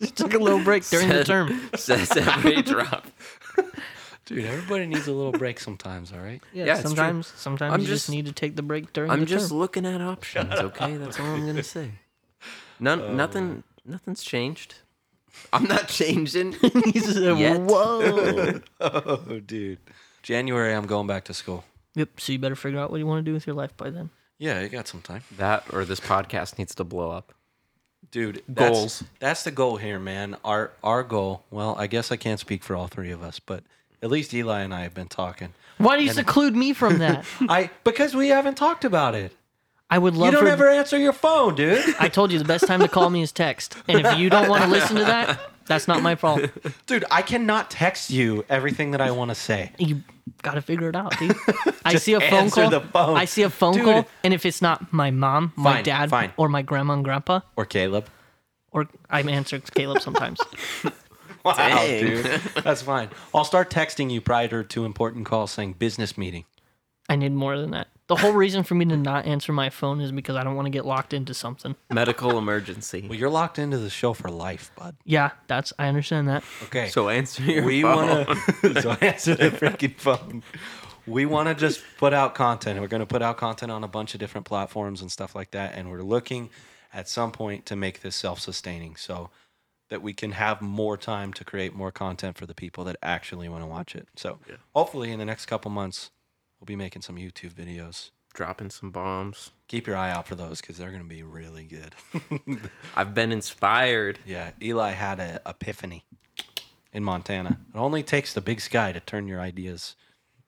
[SPEAKER 3] Just took a little break during the
[SPEAKER 2] Said-
[SPEAKER 3] term.
[SPEAKER 2] Says every drop.
[SPEAKER 1] Dude, everybody needs a little break sometimes. All right.
[SPEAKER 3] Yeah,
[SPEAKER 2] Yeah, it's true.
[SPEAKER 3] sometimes sometimes
[SPEAKER 2] I'm
[SPEAKER 3] you just,
[SPEAKER 2] just-
[SPEAKER 3] need to take the break during
[SPEAKER 2] I'm
[SPEAKER 3] the
[SPEAKER 2] just
[SPEAKER 3] term.
[SPEAKER 2] looking at options, okay? That's all I'm gonna say. None, nothing, nothing's changed. I'm not changing.
[SPEAKER 3] He said,
[SPEAKER 2] Yet.
[SPEAKER 3] Whoa.
[SPEAKER 1] Oh, dude. January, I'm going back to school.
[SPEAKER 3] yep. So you better figure out what you want to do with your life by then.
[SPEAKER 1] Yeah, you got some time,
[SPEAKER 2] that or this podcast needs to blow up.
[SPEAKER 1] dude. That's,
[SPEAKER 2] Goals.
[SPEAKER 1] That's the goal here, man. Our our goal. Well, I guess I can't speak for all three of us, but at least Eli and I have been talking.
[SPEAKER 3] Why do you seclude me from that?
[SPEAKER 1] I because we haven't talked about it.
[SPEAKER 3] I would love
[SPEAKER 1] You don't
[SPEAKER 3] for.
[SPEAKER 1] ever answer your phone, dude.
[SPEAKER 3] I told you the best time to call me is text. And if you don't want to listen to that, that's not my fault.
[SPEAKER 1] dude, I cannot text you everything that I want to say.
[SPEAKER 3] You got to figure it out, dude. I see a phone
[SPEAKER 1] answer
[SPEAKER 3] call.
[SPEAKER 1] the phone.
[SPEAKER 3] I see a phone
[SPEAKER 1] Dude.
[SPEAKER 3] call, and if it's not my mom, my
[SPEAKER 1] Fine,
[SPEAKER 3] dad,
[SPEAKER 1] fine.
[SPEAKER 3] or my grandma and grandpa,
[SPEAKER 1] Or Caleb.
[SPEAKER 3] or I answer Caleb sometimes.
[SPEAKER 1] Wow,
[SPEAKER 2] Dang.
[SPEAKER 1] dude. That's fine. I'll start texting you prior to important calls saying business meeting.
[SPEAKER 3] I need more than that. The whole reason for me to not answer my phone is because I don't want to get locked into something.
[SPEAKER 2] Medical emergency.
[SPEAKER 1] Well, you're locked into the show for life, bud.
[SPEAKER 3] Yeah, that's I understand that.
[SPEAKER 1] Okay.
[SPEAKER 2] So answer your
[SPEAKER 1] we
[SPEAKER 2] phone.
[SPEAKER 1] want to so answer the freaking phone. We want to just put out content. We're going to put out content on a bunch of different platforms and stuff like that. And we're looking at some point to make this self-sustaining, so that we can have more time to create more content for the people that actually want to watch it. So hopefully, in the next couple months, we'll be making some YouTube videos.
[SPEAKER 2] dropping some bombs.
[SPEAKER 1] Keep your eye out for those because they're going to be really good.
[SPEAKER 2] I've been inspired.
[SPEAKER 1] yeah, Eli had an epiphany in Montana. It only takes the big sky to turn your ideas,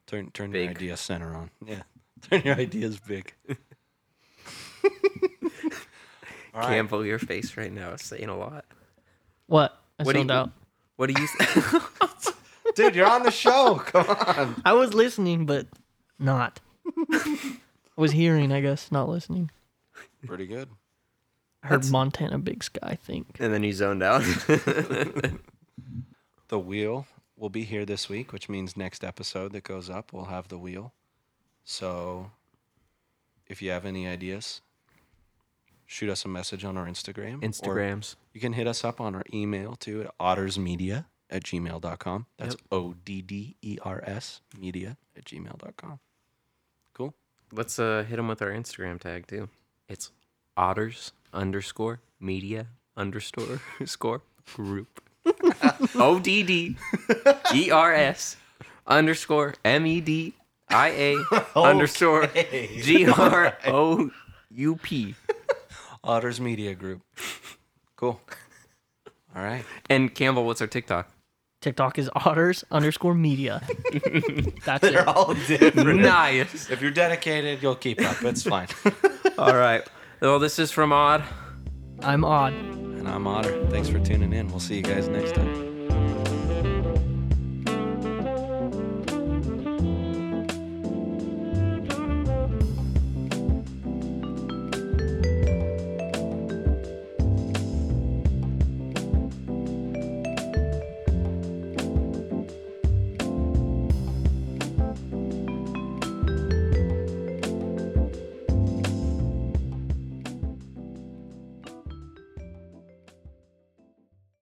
[SPEAKER 1] turn turn your
[SPEAKER 2] Big.
[SPEAKER 1] idea center on. Yeah, turn your ideas big. All right.
[SPEAKER 2] Campbell, your face right now is saying a lot.
[SPEAKER 3] What? I
[SPEAKER 2] What do
[SPEAKER 3] zoned
[SPEAKER 2] you-
[SPEAKER 3] out.
[SPEAKER 2] What do you? Th-
[SPEAKER 1] Dude, you're on the show. Come on.
[SPEAKER 3] I was listening, but not. I was hearing, I guess, not listening.
[SPEAKER 1] Pretty good.
[SPEAKER 3] I heard Montana Big Sky, I think.
[SPEAKER 2] and then you zoned out.
[SPEAKER 1] The wheel will be here this week, which means next episode that goes up, we'll have the wheel. So if you have any ideas, shoot us a message on our Instagram. or-
[SPEAKER 2] Instagrams.
[SPEAKER 1] You can hit us up on our email too at ottersmedia at gmail.com. That's O D D E R S media at gmail.com. Cool.
[SPEAKER 2] Let's uh, hit them with our Instagram tag too. It's otters underscore media underscore score group. O D D E R S underscore M E D I A underscore G R O U P.
[SPEAKER 1] Otters Media Group. Cool. All right.
[SPEAKER 2] And Campbell, what's our TikTok?
[SPEAKER 3] TikTok is otters underscore media. That's it.
[SPEAKER 1] all different.
[SPEAKER 2] Nice.
[SPEAKER 1] If you're dedicated, you'll keep up. It's fine.
[SPEAKER 2] All right. Well, this is from Odd.
[SPEAKER 3] I'm odd.
[SPEAKER 1] and I'm Otter. Thanks for tuning in. We'll see you guys next time.